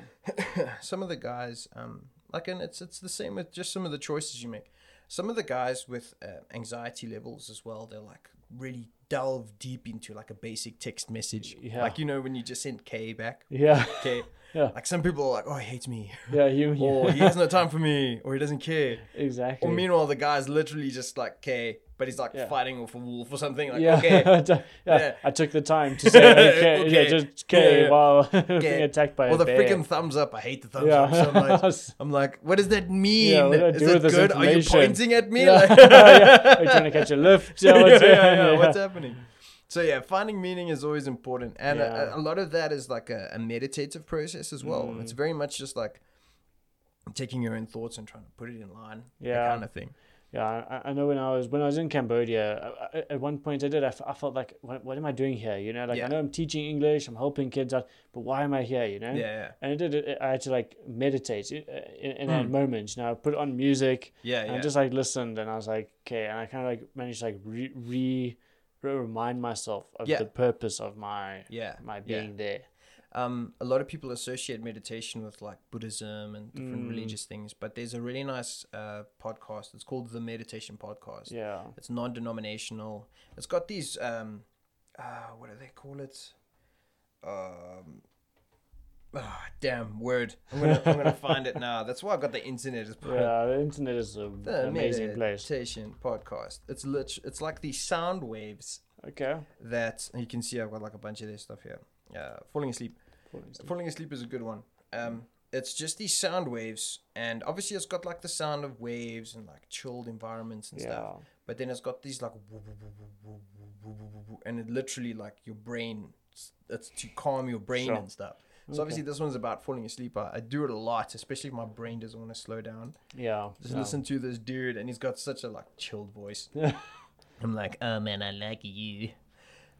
Speaker 1: some of the guys, um, like, and it's it's the same with just some of the choices you make. Some of the guys with uh, anxiety levels as well, they're like really delve deep into like a basic text message.
Speaker 5: Yeah.
Speaker 1: Like you know when you just send K back.
Speaker 5: Yeah.
Speaker 1: K.
Speaker 5: Yeah.
Speaker 1: Like some people are like, oh, he hates me,
Speaker 5: Yeah, you
Speaker 1: or he has no time for me, or he doesn't care.
Speaker 5: exactly.
Speaker 1: Or meanwhile, the guy's literally just like K, but he's like
Speaker 5: Yeah.
Speaker 1: fighting off a wolf or something. Like,
Speaker 5: yeah.
Speaker 1: okay,
Speaker 5: yeah.
Speaker 1: Yeah.
Speaker 5: I took the time to say okay.
Speaker 1: Okay.
Speaker 5: Yeah, just okay
Speaker 1: Yeah.
Speaker 5: while being
Speaker 1: okay.
Speaker 5: attacked by
Speaker 1: Or
Speaker 5: a
Speaker 1: the
Speaker 5: bear.
Speaker 1: freaking thumbs up. I hate the thumbs
Speaker 5: Yeah.
Speaker 1: up so much. I'm like, what does that mean?
Speaker 5: Yeah, what do I
Speaker 1: Is
Speaker 5: do
Speaker 1: that
Speaker 5: with this
Speaker 1: good? Are you
Speaker 5: information?
Speaker 1: pointing at me?
Speaker 5: yeah.
Speaker 1: Like,
Speaker 5: yeah. Are you trying to catch a lift? Yeah,
Speaker 1: yeah,
Speaker 5: what's
Speaker 1: yeah,
Speaker 5: going
Speaker 1: yeah,
Speaker 5: on?
Speaker 1: what's happening? So yeah, finding meaning is always important, and a,
Speaker 5: Yeah. Mm.
Speaker 1: a lot of that is like a, a meditative process as well. It's very much just like taking your own thoughts and trying to put it in line, that
Speaker 5: Yeah.
Speaker 1: kind of thing.
Speaker 5: Yeah, I, I know when I was when I was in Cambodia, I, I, at one point I did. I, f- I felt like, what, what am I doing here? You know, like
Speaker 1: Yeah.
Speaker 5: I know I'm teaching English, I'm helping kids out, but why am I here? You know.
Speaker 1: Yeah, yeah.
Speaker 5: And I did. it- I had to like meditate in, in, in that moment. You know, I put on music.
Speaker 1: Hmm. Yeah,
Speaker 5: And
Speaker 1: yeah.
Speaker 5: I just like listened, and I was like, okay. And I kind of like managed to like re, re, re remind myself of
Speaker 1: Yeah.
Speaker 5: the purpose of my
Speaker 1: Yeah,
Speaker 5: my
Speaker 1: yeah.
Speaker 5: being there.
Speaker 1: um, a lot of people associate meditation with like Buddhism and
Speaker 5: Mm.
Speaker 1: different religious things, but there's a really nice uh, podcast. It's called the Meditation Podcast.
Speaker 5: Yeah.
Speaker 1: It's non-denominational. It's got these um, uh, what do they call it? Um, ah, damn word. I'm gonna I'm gonna find it now. That's why I got the internet as part of
Speaker 5: Yeah. The internet is a,
Speaker 1: the
Speaker 5: an amazing place.
Speaker 1: meditation podcast. It's lit. It's like the sound waves
Speaker 5: Okay.
Speaker 1: that and you can see I've got like a bunch of their stuff here. Uh, falling asleep. Falling asleep, is a good one. Um, it's just these sound waves, and obviously it's got like the sound of waves and like chilled environments and stuff.
Speaker 5: Yeah.
Speaker 1: But then it's got these like, and it literally like your brain, it's to calm your brain
Speaker 5: Sure.
Speaker 1: and stuff. So obviously this one's about falling asleep. I, I do it a lot, especially if my brain doesn't want to slow down.
Speaker 5: Yeah.
Speaker 1: Just
Speaker 5: yeah.
Speaker 1: listen to this dude, and he's got such a like chilled voice. I'm like, oh man, I like you.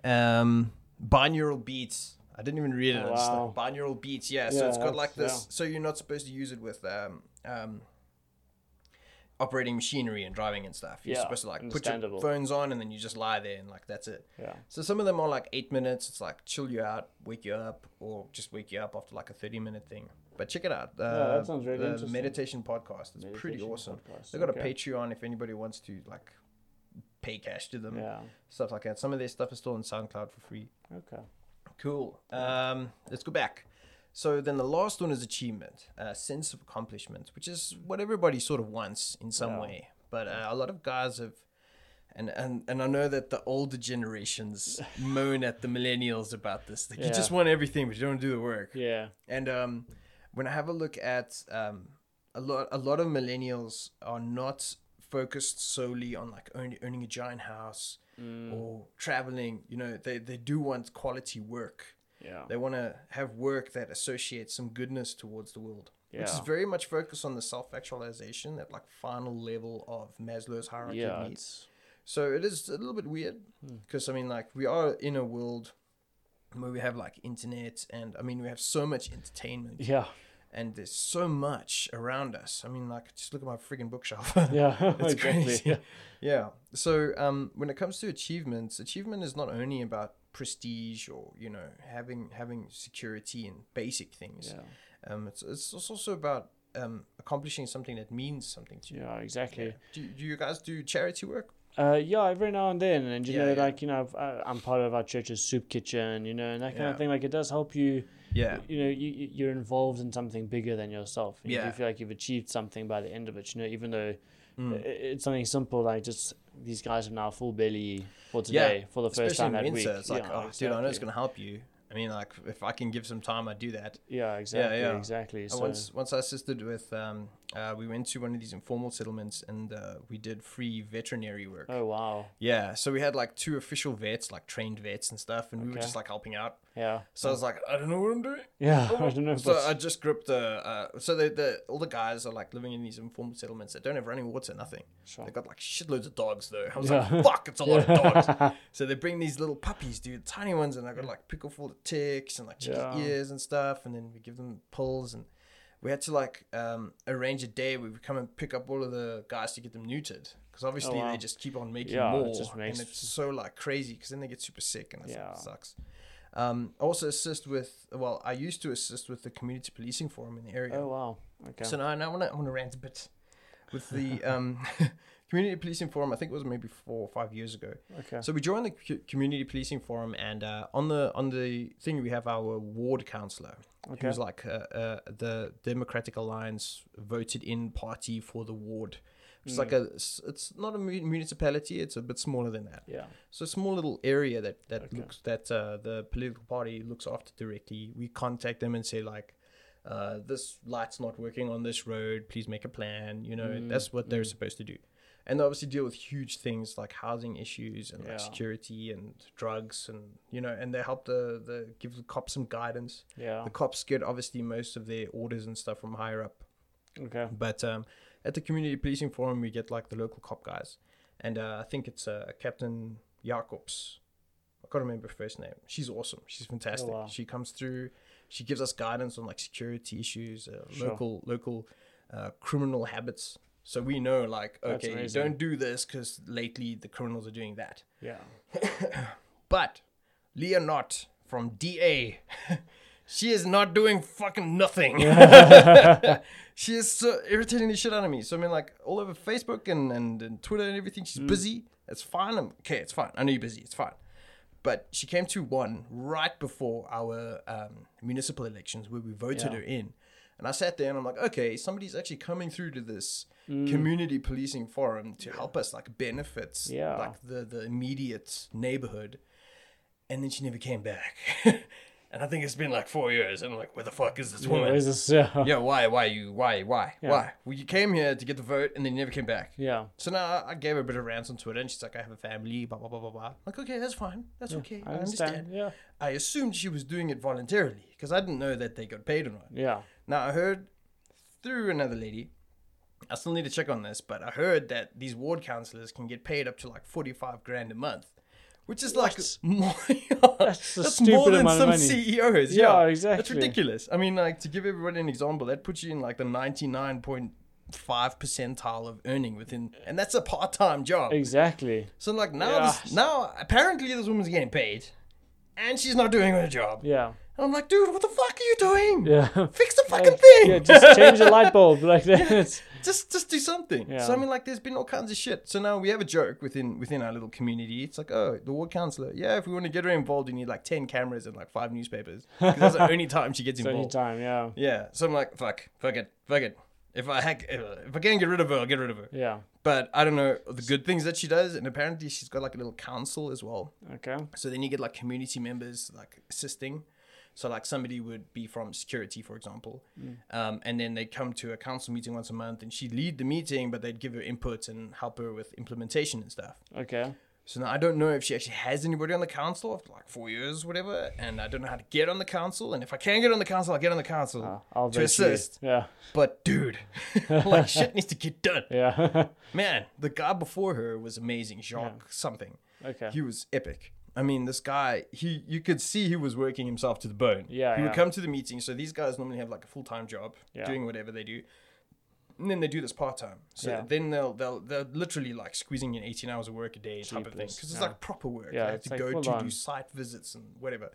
Speaker 1: Um, binaural beats. I didn't even read it. I just like,
Speaker 5: Wow.
Speaker 1: binaural beats. Yeah. so
Speaker 5: Yeah,
Speaker 1: it's got like
Speaker 5: that's-
Speaker 1: this. So you're not supposed to use it with um, um, operating machinery and driving and stuff. You're
Speaker 5: Yeah,
Speaker 1: supposed to like put your
Speaker 5: understandable.
Speaker 1: phones on and then you just lie there and like that's it.
Speaker 5: Yeah.
Speaker 1: So some of them are like eight minutes. It's like chill you out, wake you up, or just wake you up after like a thirty minute thing. But check it out. Uh,
Speaker 5: that sounds really
Speaker 1: the
Speaker 5: interesting.
Speaker 1: meditation podcast. It's pretty
Speaker 5: Meditation
Speaker 1: awesome.
Speaker 5: podcast,
Speaker 1: They've got a
Speaker 5: okay.
Speaker 1: Patreon if anybody wants to like pay cash to them.
Speaker 5: Yeah.
Speaker 1: Stuff like that. Some of their stuff is still on SoundCloud for free.
Speaker 5: Okay.
Speaker 1: Cool. Um, let's go back. So then the last one is achievement, uh, sense of accomplishment, which is what everybody sort of wants in some
Speaker 5: Yeah.
Speaker 1: way. But uh, a lot of guys have, and, and and I know that the older generations moan at the millennials about this. Like, You
Speaker 5: Yeah.
Speaker 1: just want everything, but you don't do the work.
Speaker 5: Yeah.
Speaker 1: And um, when I have a look at um, a lot, a lot of millennials are not focused solely on like own, owning a giant house or traveling. You know, they they do want quality work.
Speaker 5: Yeah.
Speaker 1: They want to have work that associates some goodness towards the world, which is
Speaker 5: Yeah.
Speaker 1: very much focused on the self actualization, that like final level of Maslow's hierarchy
Speaker 5: Yeah.
Speaker 1: of needs.
Speaker 5: It's, Hmm.
Speaker 1: So it is a little bit weird because I mean, like, we are in a world where we have like internet, and I mean, we have so much entertainment,
Speaker 5: yeah.
Speaker 1: and there's so much around us. I mean, like, just look at my freaking bookshelf.
Speaker 5: Yeah.
Speaker 1: it's
Speaker 5: exactly.
Speaker 1: crazy.
Speaker 5: Yeah.
Speaker 1: Yeah. So um, when it comes to achievements, achievement is not only about prestige or you know having having security and basic things. Um, it's it's also about um, accomplishing something that means something to you.
Speaker 5: Yeah. Exactly.
Speaker 1: Do, do you guys do charity work?
Speaker 5: Uh, yeah, every now and then, and you
Speaker 1: Yeah,
Speaker 5: know,
Speaker 1: yeah.
Speaker 5: like you know, I've, I, I'm part of our church's soup kitchen, you know, and that kind
Speaker 1: Yeah.
Speaker 5: of thing. Like it does help you,
Speaker 1: Yeah.
Speaker 5: you know, you, you- you're involved in something bigger than yourself. You
Speaker 1: Yeah.
Speaker 5: do feel like you've achieved something by the end of it, you know, even though
Speaker 1: Hmm.
Speaker 5: i it's something simple like just these guys have now full belly for today for the first time that week.
Speaker 1: It's like,
Speaker 5: yeah,
Speaker 1: oh, dude, I know it's
Speaker 5: exactly.
Speaker 1: gonna help you. I mean, like, if I can give some time, I do that.
Speaker 5: Yeah, exactly,
Speaker 1: yeah.
Speaker 5: exactly.
Speaker 1: I
Speaker 5: So,
Speaker 1: once, once I assisted with, um, uh, we went to one of these informal settlements and uh, we did free veterinary work.
Speaker 5: oh wow,
Speaker 1: Yeah, so we had like two official vets, like trained vets and stuff, and we were
Speaker 5: Okay.
Speaker 1: just like helping out.
Speaker 5: yeah,
Speaker 1: So I was like, I don't know what I'm doing.
Speaker 5: yeah. I don't know.
Speaker 1: So
Speaker 5: but-
Speaker 1: I just gripped the. Uh, so the, the all the guys are like living in these informal settlements. They don't have running water, nothing.
Speaker 5: Sure.
Speaker 1: They got like shitloads of dogs though. I was
Speaker 5: Yeah.
Speaker 1: like, fuck, it's a lot of dogs. so they bring these little puppies, dude, tiny ones, and they got like pickle full of ticks and like chicken
Speaker 5: Yeah.
Speaker 1: ears and stuff. And then we give them pulls, and we had to like um, arrange a day where we come and pick up all of the guys to get them neutered. Because obviously
Speaker 5: Oh, wow.
Speaker 1: they just keep on making
Speaker 5: Yeah, it
Speaker 1: more,
Speaker 5: just makes-
Speaker 1: and it's so like crazy. Because then they get super sick, and it's,
Speaker 5: Yeah.
Speaker 1: it sucks. Um, I also assist with, well, I used to assist with the community policing forum in the area.
Speaker 5: oh wow, okay.
Speaker 1: So now, now I want to I want to rant a bit with the um, community policing forum. I think it was maybe four or five years ago.
Speaker 5: Okay.
Speaker 1: So we joined the cu- community policing forum, and uh, on the on the thing we have our ward councillor, who's like uh, uh, the Democratic Alliance voted in party for the ward.
Speaker 5: Hmm.
Speaker 1: It's like a it's- it's not a mu- municipality. It's a bit smaller than that.
Speaker 5: yeah,
Speaker 1: So a small little area that that looks that uh, the political party looks after directly. We contact them and say like, uh, this light's not working on this road. Please make a plan. You know that's what they're supposed to do, and they obviously deal with huge things like housing issues and like
Speaker 5: Yeah.
Speaker 1: security and drugs and you know and they help the the give the cops some guidance.
Speaker 5: yeah,
Speaker 1: The cops get obviously most of their orders and stuff from higher up.
Speaker 5: okay,
Speaker 1: But um, at the community policing forum, we get like the local cop guys, and uh, I think it's uh, Captain Jacobs. I can't remember her first name. She's awesome. She's fantastic.
Speaker 5: Oh, wow.
Speaker 1: She comes through. She gives us guidance on like security issues, uh,
Speaker 5: Sure.
Speaker 1: local local uh, criminal habits. So we know like
Speaker 5: That's
Speaker 1: okay,
Speaker 5: amazing.
Speaker 1: don't do this because lately the criminals are doing that.
Speaker 5: yeah,
Speaker 1: But Leonot from DA, she is not doing fucking nothing. she is so irritating the shit out of me. So I mean, like all over Facebook and, and, and Twitter and everything, she's busy. It's fine. I'm, okay, it's fine. I know you're busy. It's fine. But she came to one right before our um, municipal elections where we voted her in. And I sat there and I'm like, okay, somebody's actually coming through to this community policing forum to help us like benefit
Speaker 5: Yeah.
Speaker 1: like the, the immediate neighborhood and then she never came back. And I think it's been like four years. And I'm like, where the fuck is this
Speaker 5: Yeah,
Speaker 1: woman?
Speaker 5: where's this- yeah.
Speaker 1: yeah, why, why you, why, why,
Speaker 5: Yeah.
Speaker 1: why? Well, you came here to get the vote, and then you never came back.
Speaker 5: Yeah.
Speaker 1: So now I- I gave her a bit of rants on Twitter, and she's like, "I have a family, blah blah blah blah blah." I'm like, okay, that's fine, that's okay, I understand.
Speaker 5: Yeah.
Speaker 1: I assumed she was doing it voluntarily because I didn't know that they got paid or not.
Speaker 5: Yeah.
Speaker 1: Now I heard through another lady. I still need to check on this, but I heard that these ward councillors can get paid up to like forty-five grand a month, which is like more.
Speaker 5: That's a
Speaker 1: more
Speaker 5: stupid
Speaker 1: than
Speaker 5: amount of
Speaker 1: some
Speaker 5: money.
Speaker 1: CEOs.
Speaker 5: Yeah,
Speaker 1: Yeah, That's
Speaker 5: exactly.
Speaker 1: ridiculous. I mean, like to give everybody an example, that puts you in like the ninety-nine point five percentile of earning within, and that's a part-time job.
Speaker 5: Exactly.
Speaker 1: So like now,
Speaker 5: Yes.
Speaker 1: this, now apparently this woman's getting paid, and she's not doing her job.
Speaker 5: Yeah.
Speaker 1: And I'm like, dude, what the fuck are you doing?
Speaker 5: Yeah.
Speaker 1: Fix the fucking thing.
Speaker 5: yeah. Just change the light bulb. Like that.
Speaker 1: just just do something.
Speaker 5: Yeah.
Speaker 1: So I mean, like, there's been all kinds of shit. So now we have a joke within within our little community. It's like, oh, the ward councillor. Yeah, if we want to get her involved, we need like ten cameras and like five newspapers. 'Cause that's the only time she gets
Speaker 5: It's only
Speaker 1: involved.
Speaker 5: time. Yeah.
Speaker 1: Yeah. So I'm like, fuck, fuck it, fuck it. If I hack, if I can get rid of her, I'll get rid of her.
Speaker 5: Yeah.
Speaker 1: But I don't know the good things that she does, and apparently she's got like a little council as well.
Speaker 5: Okay.
Speaker 1: So then you get like community members like assisting. So like somebody would be from security, for example,
Speaker 5: Mm.
Speaker 1: um, and then they come to a council meeting once a month, and she'd lead the meeting, but they'd give her input and help her with implementation and stuff.
Speaker 5: Okay.
Speaker 1: So now I don't know if she actually has anybody on the council after like four years, whatever, and I don't know how to get on the council. And if I can get on the council, I'll get on the council
Speaker 5: Uh, I'll
Speaker 1: to
Speaker 5: eventually-
Speaker 1: assist.
Speaker 5: Yeah.
Speaker 1: But dude, like shit needs to get done.
Speaker 5: Yeah.
Speaker 1: Man, the guy before her was amazing, Jacques something.
Speaker 5: okay.
Speaker 1: He was epic. I mean, this guy, he you could see he was working himself to the bone.
Speaker 5: Yeah,
Speaker 1: He
Speaker 5: yeah.
Speaker 1: would come to the meeting. So these guys normally have like a full time job
Speaker 5: Yeah.
Speaker 1: doing whatever they do. And then they do this part time. So
Speaker 5: Yeah.
Speaker 1: then they'll they'll they're literally like squeezing in 18 hours of work a day type of thing.
Speaker 5: Jeepers,
Speaker 1: Because it's
Speaker 5: yeah.
Speaker 1: like proper work.
Speaker 5: Yeah,
Speaker 1: they have
Speaker 5: it's
Speaker 1: to
Speaker 5: like
Speaker 1: go
Speaker 5: full
Speaker 1: to
Speaker 5: on.
Speaker 1: do site visits and whatever.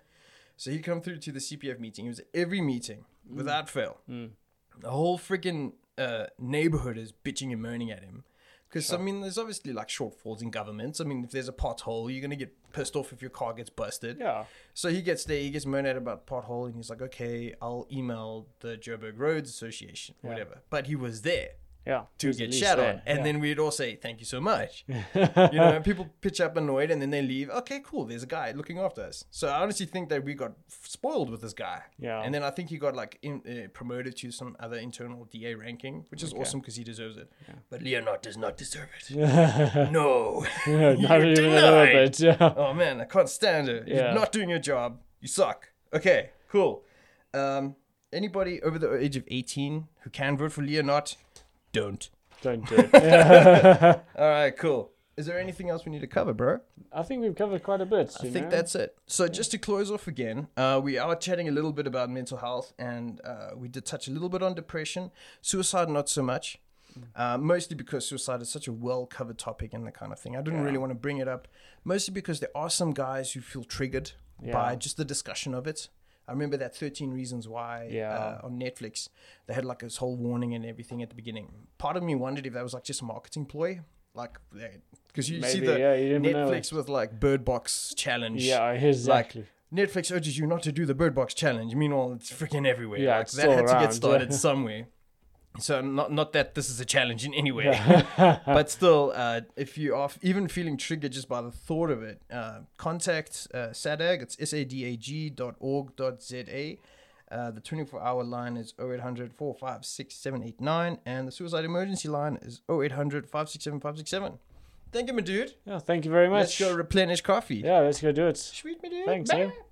Speaker 1: So he come through to the CPF meeting. He was at every meeting
Speaker 5: Mm.
Speaker 1: without fail. The whole freaking uh, neighborhood is bitching and moaning at him. Because, I mean, there's obviously like shortfalls in governments. I mean, if there's a pothole, you're going to get pissed off if your car gets busted.
Speaker 5: Yeah.
Speaker 1: So he gets there, he gets moaned at about pothole, and he's like, okay, I'll email the Joburg Roads Association, whatever. But he was there
Speaker 5: Yeah.
Speaker 1: to
Speaker 5: Who's at
Speaker 1: get
Speaker 5: least
Speaker 1: shat
Speaker 5: there.
Speaker 1: on. And then we'd all say, thank you so much. you know, and people pitch up annoyed and then they leave. Okay, cool. There's a guy looking after us. So I honestly think that we got spoiled with this guy.
Speaker 5: Yeah.
Speaker 1: And then I think he got like in, uh, promoted to some other internal DA ranking, which is awesome because he deserves it. But Leonard does not deserve it. no.
Speaker 5: Yeah, Not
Speaker 1: You're
Speaker 5: even a little
Speaker 1: denied.
Speaker 5: bit. Yeah.
Speaker 1: Oh man, I can't stand her.
Speaker 5: Yeah.
Speaker 1: You're not doing your job. You suck. Okay, cool. Um, anybody over the age of 18 who can vote for Leonard, don't.
Speaker 5: Don't do it. Yeah.
Speaker 1: All right, cool. Is there anything else we need to cover, bro?
Speaker 5: I think we've covered quite a bit.
Speaker 1: I think that's it. So just to close off again, uh, we are chatting a little bit about mental health, and uh, we did touch a little bit on depression, suicide, not so much.
Speaker 5: Mm.
Speaker 1: Uh, mostly because suicide is such a well covered topic and that kind of thing. I didn't really want to bring it up, mostly because there are some guys who feel triggered by
Speaker 5: Yeah.
Speaker 1: just the discussion of it. I remember that 13 Reasons Why
Speaker 5: Yeah.
Speaker 1: uh, on Netflix, they had like this whole warning and everything at the beginning. Part of me wondered if that was like just a marketing ploy. Like, because you see
Speaker 5: Maybe,
Speaker 1: the
Speaker 5: yeah, you never know.
Speaker 1: Netflix with like Bird Box challenge.
Speaker 5: Yeah, exactly.
Speaker 1: Like, Netflix urges you not to do the Bird Box challenge. Meanwhile, it's freaking everywhere.
Speaker 5: Yeah,
Speaker 1: like,
Speaker 5: it's
Speaker 1: that
Speaker 5: all
Speaker 1: had to
Speaker 5: around,
Speaker 1: get started
Speaker 5: yeah.
Speaker 1: somewhere. So not not that this is a challenge in any way, but still, uh, if you are f- even feeling triggered just by the thought of it, uh, contact uh, SADAG. It's sadag dot org dot za. Uh, the 24 hour line is 0800 456 789, and the suicide emergency line is 0800 567 567. Thank you, my dude.
Speaker 5: Yeah, thank you very much.
Speaker 1: Let's go replenish coffee.
Speaker 5: yeah, let's go do it.
Speaker 1: Sweet, my dude.
Speaker 5: Thanks,
Speaker 1: Bye.
Speaker 5: eh?